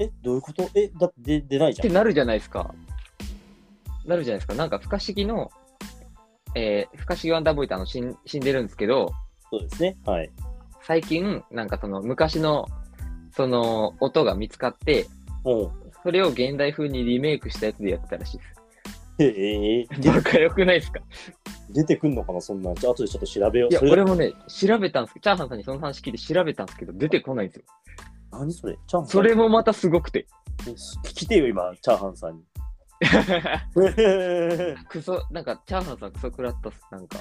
Speaker 1: え、どういうことえ、だって出出ないじゃ
Speaker 2: て
Speaker 1: ん。
Speaker 2: なるじゃないですか。なるじゃないですか。なんか不可思議の、えー、不可思議ワンダーボーイってあの死ん死んでるんですけど、
Speaker 1: そうですね。はい。
Speaker 2: 最近、なんかその昔の、その音が見つかって、
Speaker 1: うん。
Speaker 2: それを現代風にリメイクしたやつでやってたらしいで
Speaker 1: へえ
Speaker 2: す。バカよくないですか
Speaker 1: 出てくんのかな、そんなん。じゃあ、後でちょっと調べよう。
Speaker 2: いや、
Speaker 1: それ
Speaker 2: 俺もね、調べたんですけど、チャーハンさんにその話聞いて調べたんですけど、出てこないんですよ。
Speaker 1: 何それチャーハンさん
Speaker 2: それもまたすごくて。
Speaker 1: 聞きてよ、今、チャーハンさんに。
Speaker 2: クソ、なんか、チャーハンさんクソ食らったっす、なんか。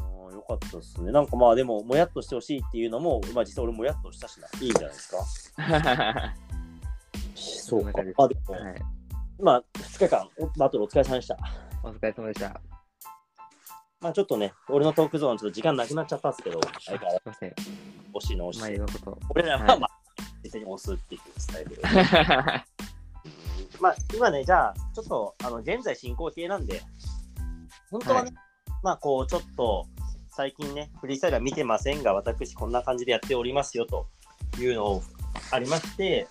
Speaker 1: ああ、よかったですね。なんかまあでも、もやっとしてほしいっていうのも、まあ実際俺もやっとしたしな、いいんじゃないですか。
Speaker 2: は
Speaker 1: そうか
Speaker 2: そんな。
Speaker 1: あ、で
Speaker 2: い
Speaker 1: も、。まあ2日間、おバトルお疲れ様でした。
Speaker 2: お疲れ様でした。
Speaker 1: まあちょっとね、俺のトークゾーン、ちょっと時間なくなっちゃったんですけど、相変わら
Speaker 2: すいません。
Speaker 1: ず押しの押
Speaker 2: 前
Speaker 1: し。
Speaker 2: の こと。
Speaker 1: 俺ら
Speaker 2: は
Speaker 1: は、
Speaker 2: い
Speaker 1: まあ、実際に押すっていうスタイルで。まあ今ね、じゃあ、ちょっと、あの、現在進行形なんで、本当はね、まあこう、ちょっと、最近ね、フリースタイルは見てませんが、私、こんな感じでやっておりますよというのをありまして、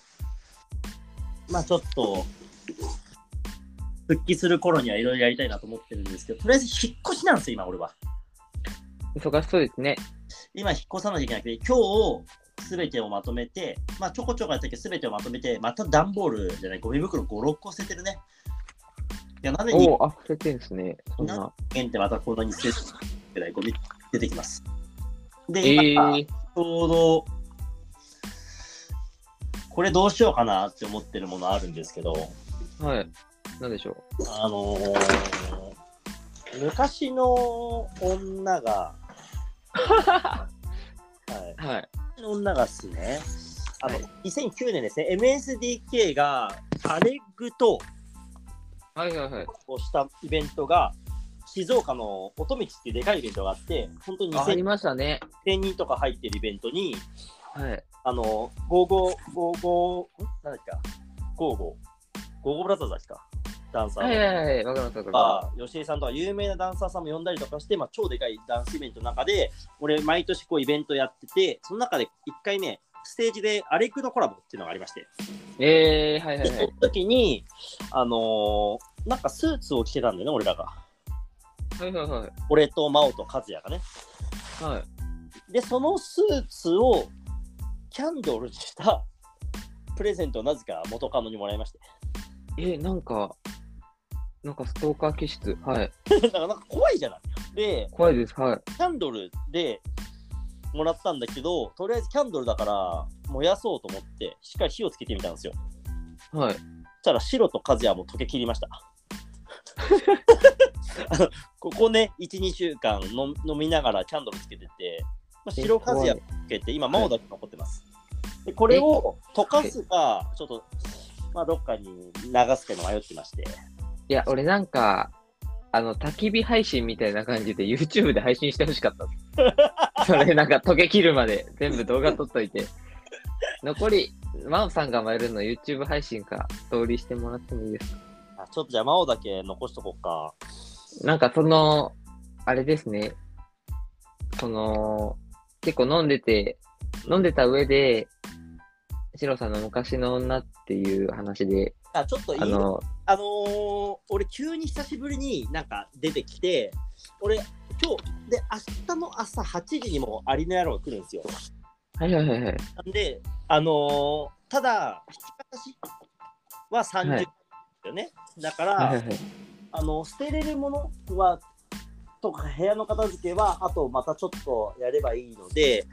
Speaker 1: まあちょっと、復帰する頃にはいろいろやりたいなと思ってるんですけど、とりあえず引っ越しなんですよ、今、俺は。
Speaker 2: 忙しそうですね。
Speaker 1: 今引っ越さなきゃいけなくて、今日すべてをまとめて、まあちょこちょこやったけど、すべてをまとめて、また段ボールじゃない、ゴミ袋5、6個捨ててるね。いや、なんで人
Speaker 2: おお、あ、触れてるんですね。そんな。
Speaker 1: 間ってまたこんなに捨てるぐらいゴミ出てきます。で、
Speaker 2: ええ
Speaker 1: 今、
Speaker 2: ー
Speaker 1: ち。ょうど、これどうしようかなって思ってるものあるんですけど、
Speaker 2: はい。なんでしょう。
Speaker 1: あのー昔の女 が、はい、
Speaker 2: はい。
Speaker 1: 女がですね、あの、
Speaker 2: はい
Speaker 1: 2009年ですね、MSDK がアレグと
Speaker 2: はいはいはい。
Speaker 1: をしたイベントが、静岡の音道っていうでかいイベントがあって、本当に
Speaker 2: ああり
Speaker 1: 2000
Speaker 2: ましたね。
Speaker 1: 人とか入ってるイベントに、
Speaker 2: はい。
Speaker 1: あの、5555、んなんだっけか、55、55ブラザーズだっけか、ダンサー
Speaker 2: はい
Speaker 1: の
Speaker 2: はいはい、わかりますわかりま
Speaker 1: か吉江さんとか有名なダンサーさんも呼んだりとかして、まあ、超でかいダンスイベントの中で俺毎年こうイベントやっててその中で一回ねステージでアレクのコラボっていうのがありまして、
Speaker 2: す。えー、はいはい
Speaker 1: そ
Speaker 2: は
Speaker 1: の
Speaker 2: い。
Speaker 1: 時にあのーなんかスーツを着てたんだよね俺らが
Speaker 2: はいはいはい。
Speaker 1: 俺と真央と和也がね
Speaker 2: はい、
Speaker 1: でそのスーツをキャンドルにしたプレゼントをなぜか元カノにもらいまして
Speaker 2: えー、なんか、なんかストーカー気質。はい。
Speaker 1: なんかなんか怖いじゃないで
Speaker 2: 怖いです。はい。
Speaker 1: キャンドルでもらったんだけど、とりあえずキャンドルだから燃やそうと思って、しっかり火をつけてみたんですよ。
Speaker 2: はい。
Speaker 1: そしたら白と和也はもう溶けきりました。 あのここね、1、2週間飲飲みながらキャンドルつけてて、まあ、白和也もつけて、今、真央だけ残ってます。でこれを溶かすか、ちょっと、まあ、どっかに流すかの迷ってまして。
Speaker 2: いや、俺なんか、あの、焚き火配信みたいな感じで YouTube で配信してほしかったです。それなんか溶け切るまで全部動画撮っといて。残り、マオさんが参るの YouTube 配信か、ストーリーしてもらってもいいですか
Speaker 1: あちょっとじゃあ、真央だけ残しとこうか。
Speaker 2: なんかその、あれですね。その、結構飲んでて、飲んでた上で、シロさんの昔の女っていう話で、
Speaker 1: あちょっといい
Speaker 2: あの、
Speaker 1: あのー俺急に久しぶりになんか出てきて、俺今日で明日の朝8時にもアリの野郎が来るんですよ。
Speaker 2: はいはいはいはい。
Speaker 1: なんで、あのーただ、引き方しは30
Speaker 2: はい
Speaker 1: よね。だか
Speaker 2: はい
Speaker 1: ら
Speaker 2: は、いはい
Speaker 1: あの捨てれるものはとか部屋の片付けはあとまたちょっとやればいいので、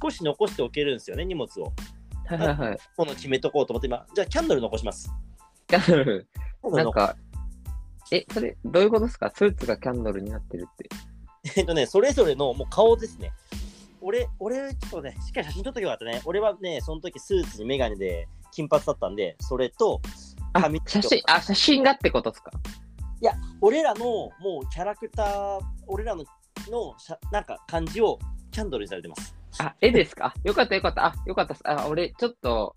Speaker 1: 少し残しておけるんですよね、荷物を。
Speaker 2: はいはいはい。
Speaker 1: この決めとこうと思って今、じゃあキャンドル残します。
Speaker 2: キャンドル
Speaker 1: キャンドル
Speaker 2: なん
Speaker 1: 残
Speaker 2: か、え、それ、どういうことですかスーツがキャンドルになってるって。
Speaker 1: えっとね、それぞれのもう顔ですね。俺、俺、ちょっとね、しっかり写真撮っとけばよかったね。俺はね、その時スーツにメガネで金髪だったんで、それと、
Speaker 2: あ
Speaker 1: 髪の、毛
Speaker 2: 写真、あ、写真がってことですか
Speaker 1: 俺らのもうキャラクター、俺らののしゃなんか感じをキャンドルにされてます。
Speaker 2: あ、絵ですか あ、よかったよかった。あ、よかったっす。あ、俺、ちょっと、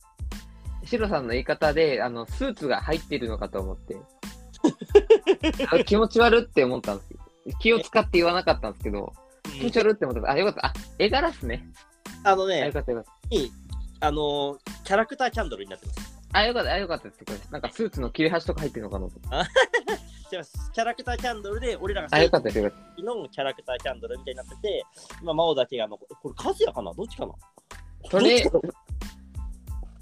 Speaker 2: シロさんの言い方で、あの、スーツが入ってるのかと思 って。あ気持ち悪って思ったんですけど。気を使って言わなかったんですけど、気持ち悪って思った。あ、よかった。あ、絵柄っすね。
Speaker 1: あの
Speaker 2: あ、よ
Speaker 1: ね、
Speaker 2: かったよかった。
Speaker 1: にあのーキャラクターキャンドルになってます。
Speaker 2: あ、よかった、あ、よかったです。これなんかスーツの切れ端とか入ってるのかなと思って
Speaker 1: 違いますキャラクターキャンドルで、俺らが
Speaker 2: あ、よ
Speaker 1: 正
Speaker 2: かったですよかっ
Speaker 1: 規のキャラクターキャンドルみたいになってて、今、真央だけが残これ、カズヤかなどっちかな
Speaker 2: た。それ
Speaker 1: どっちか、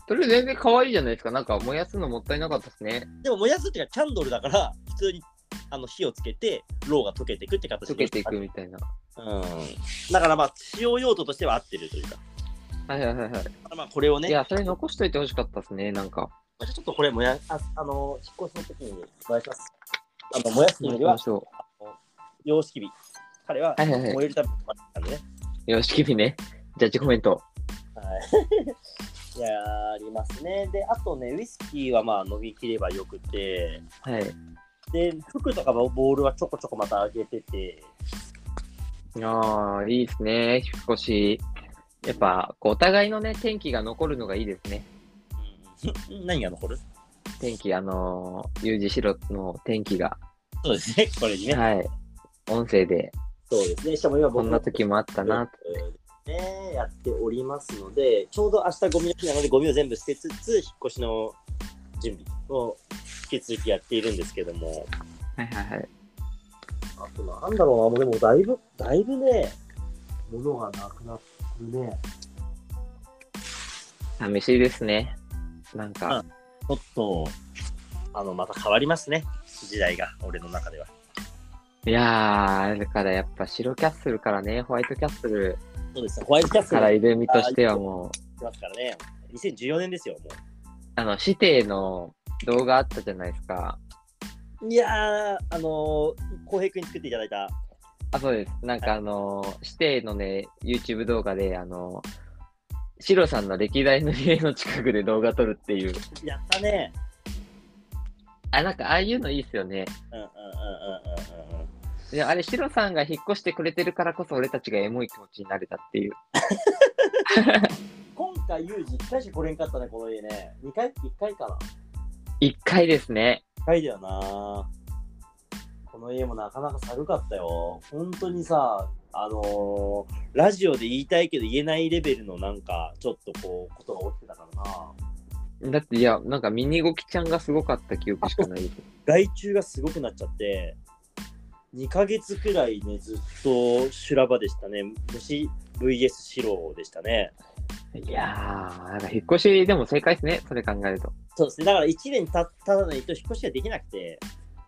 Speaker 2: それ全然可愛いじゃないですか。なんか燃やすのもったいなかったですね。
Speaker 1: でも燃やすっていうかキャンドルだから普通にあの火をつけてろうが溶けていくって形
Speaker 2: 溶けていく、みたいな。
Speaker 1: うん、だからまあ使用用途としては合ってるというか
Speaker 2: はいはいはいはい。
Speaker 1: まあこれをね
Speaker 2: いや、それ残しといてほしかったですね、なんか。
Speaker 1: ちょっとこれ燃やああの引っ越しの時に燃やしますあの燃やすというよりは
Speaker 2: そ
Speaker 1: 様式日彼は
Speaker 2: う。はいはいは
Speaker 1: 燃えるために燃やしたんでね、
Speaker 2: い。よし、君ね。ジャッジコメント。
Speaker 1: はい、 やりますねであとねウイスキーはまあ飲み切ればよくて
Speaker 2: はい。
Speaker 1: で服とかもボールはちょこちょこまた上げてて
Speaker 2: ああ、いいですね。引っ越し。やっぱ、こうお互いのね、天気が残るのがいいですね。
Speaker 1: うん 何が残る
Speaker 2: 天気、あのー、U 字白の天気が。
Speaker 1: そうですね、こ れにね。
Speaker 2: はい。音声で、
Speaker 1: そうですね、しかも今
Speaker 2: こ
Speaker 1: 僕
Speaker 2: んな時もあったな。
Speaker 1: ね、やっておりますので、ちょうど明日ゴミの日なので、ゴミを全部捨てつつ、引っ越しの準備を引き続きやっているんですけども、
Speaker 2: はいはいはい。
Speaker 1: あとなんだろうな、もうでもだいぶ、だいぶね、物がなくなってね、
Speaker 2: 寂しいですね。なんか、
Speaker 1: ちょっと、あの、また変わりますね、時代が、俺の中では。
Speaker 2: いやー、だからやっぱ白キャッスルからね、ホワイトキャッスル
Speaker 1: そうですね、ホワイトキャスト
Speaker 2: か
Speaker 1: が
Speaker 2: ら
Speaker 1: 来
Speaker 2: いる身としてはもう、
Speaker 1: ますからね、2014年ですよ、も
Speaker 2: あの、師弟の動画あったじゃないですか。
Speaker 1: う。いやー、あのー、浩平君に作っていただいた、
Speaker 2: あ、そうです。なんかあの、師弟のね、YouTube 動画で、あの、シロさんの歴代の家の近くで動画撮るっていう。
Speaker 1: やったね。
Speaker 2: あ、なんかああいうのいいっすよね。
Speaker 1: うんうんうんうんうんうんうん。
Speaker 2: であれ、シロさんが引っ越してくれてるからこそ俺たちがエモい気持ちになれたっていう。
Speaker 1: 今回、ユージ、1回しか来れんかったね、この家ね。2回 ?1 回かな。
Speaker 2: 一回ですね。
Speaker 1: 高いだよな。この家もなかなか寒かったよ。本当にさ、あのーラジオで言いたいけど言えないレベルのなんか、ちょっとこう、ことが起きてたからな。
Speaker 2: だって、いや、なんかミニゴキちゃんがすごかった記憶しかないです。
Speaker 1: 害虫がすごくなっちゃって、2ヶ月くらいね、ずっと修羅場でしたね。虫 VS シロでしたね。
Speaker 2: いやー、なんか引っ越しでも正解ですね、それ考えると。
Speaker 1: そうですね。だから1年たたらないと引っ越しができなくて、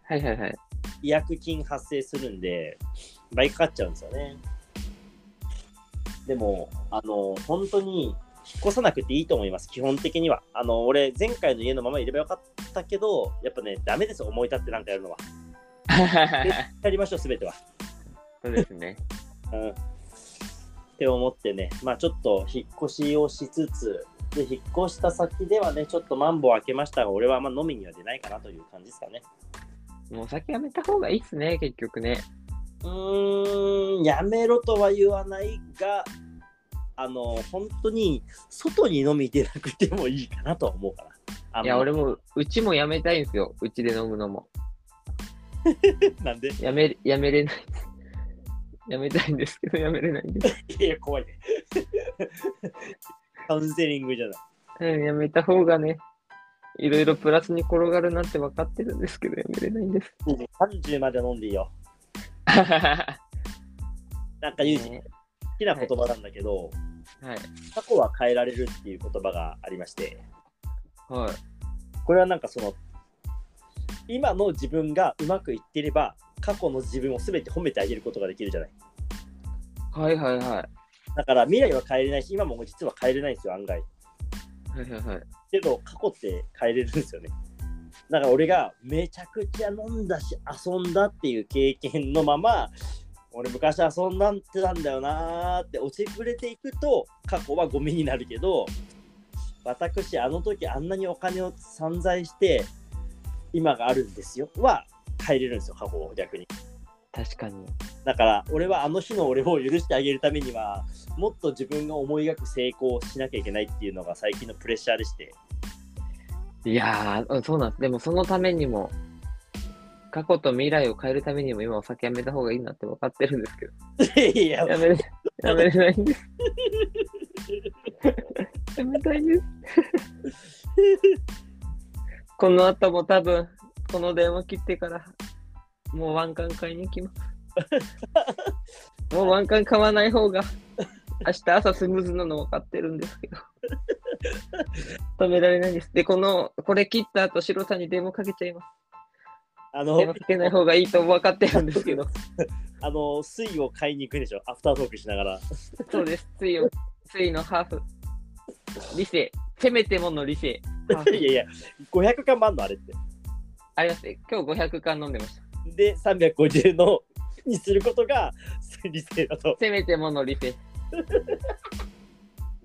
Speaker 2: はいはいはい。
Speaker 1: 違約金発生するんで、倍かかっちゃうんですよね。でも、あの、本当に引っ越さなくていいと思います、基本的には。あの、俺、前回の家のままいればよかったけど、やっぱね、ダメです、思い立ってなんかやるのは。やりましょう、すべては。
Speaker 2: そうですね。
Speaker 1: うん。って思ってね、まあちょっと引っ越しをしつつ、で、引っ越した先ではね、ちょっとマンボウ開けましたが、俺はあんま飲みには出ないかなという感じですかね。
Speaker 2: もうお酒やめた方がいいっすね、結局ね。
Speaker 1: うーん、やめろとは言わないが、あの、本当に外に飲み出なくてもいいかなとは思うから。あの
Speaker 2: いや、俺も、うちもやめたいんですよ、うちで飲むのも。
Speaker 1: なんで
Speaker 2: やめ、やめれない。 やめたいんですけど、やめれないんです。
Speaker 1: いや、怖いね。 カウンセリングじゃない。
Speaker 2: うん、やめた方がね、いろいろプラスに転がるなって分かってるんですけど、やめれないん です。
Speaker 1: 30まで飲んでいいよ。なんかユージ、
Speaker 2: ね
Speaker 1: 好きな言葉なんだけど、
Speaker 2: はい。
Speaker 1: 過去は変えられるっていう言葉がありまして、
Speaker 2: はい。
Speaker 1: これはなんかその、今の自分がうまくいってれば、過去の自分を全て褒めてあげることができるじゃない。
Speaker 2: はいはいはい。
Speaker 1: だから未来は変えれないし、今も実は変えれないんですよ、案外。
Speaker 2: はいはいはい。
Speaker 1: けど過去って変えれるんですよね。だから俺がめちゃくちゃ飲んだし遊んだっていう経験のまま俺昔遊んだってたんだよなーって落ちぶれていくと過去はゴミになるけど私あの時あんなにお金を散財して今があるんですよは変えれるんですよ過去を逆に。
Speaker 2: 確かに。
Speaker 1: だから俺はあの日の俺を許してあげるためにはもっと自分が思い描く成功をしなきゃいけないっていうのが最近のプレッシャーでして。
Speaker 2: いやー、うんそうなんです。でも、そのためにも、過去と未来を変えるためにも、今お酒やめた方がいいなって分かってるんですけど、
Speaker 1: いや
Speaker 2: やめれやめれないんです。やめたいです。この後も多分、この電話切ってから、もうワンカン買いに行きます。もうワンカン買わない方が、明日朝スムーズなの分かってるんですけど。止められないです。で、この、これ切った後、シロさんに電話かけちゃいます。
Speaker 1: あ
Speaker 2: 電
Speaker 1: の
Speaker 2: 話かけない方がいいと分かってるんですけど。
Speaker 1: あの、水を買いに行くでしょ、アフタートークしながら。
Speaker 2: そうです。ついを、ついのハーフ。理性。せめてもの理 性。ハーフ
Speaker 1: いやいや、500缶もあんの、あれって。
Speaker 2: ありますね。今日500缶飲んでました。
Speaker 1: で、350のにすることが理性だと。
Speaker 2: せめてもの理 性。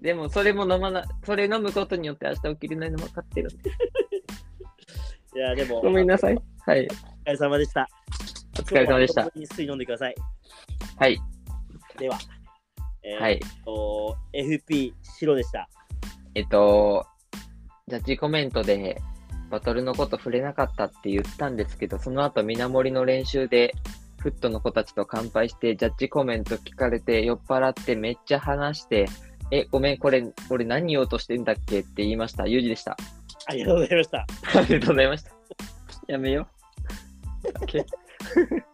Speaker 2: でも、それも飲まな、それ飲むことによって明日起きれないの分かってるんで。
Speaker 1: いや、でも、
Speaker 2: ごめんなさい。はい。
Speaker 1: お疲れ様でした。
Speaker 2: お疲れ様でし
Speaker 1: 今日は本
Speaker 2: た。
Speaker 1: 当に水飲んでください。
Speaker 2: はい。
Speaker 1: では、えー
Speaker 2: はい。
Speaker 1: と、FP 白でした。
Speaker 2: えっと、ジャッジコメントでバトルのこと触れなかったって言ったんですけど、その後、水森の練習で、フットの子たちと乾杯して、ジャッジコメント聞かれて、酔っ払って、めっちゃ話して、え、ごめん、これ、俺何言おうとしてんだっけって言いました。ユージでした。
Speaker 1: ありがとうございました。
Speaker 2: ありがとうございました。やめよう。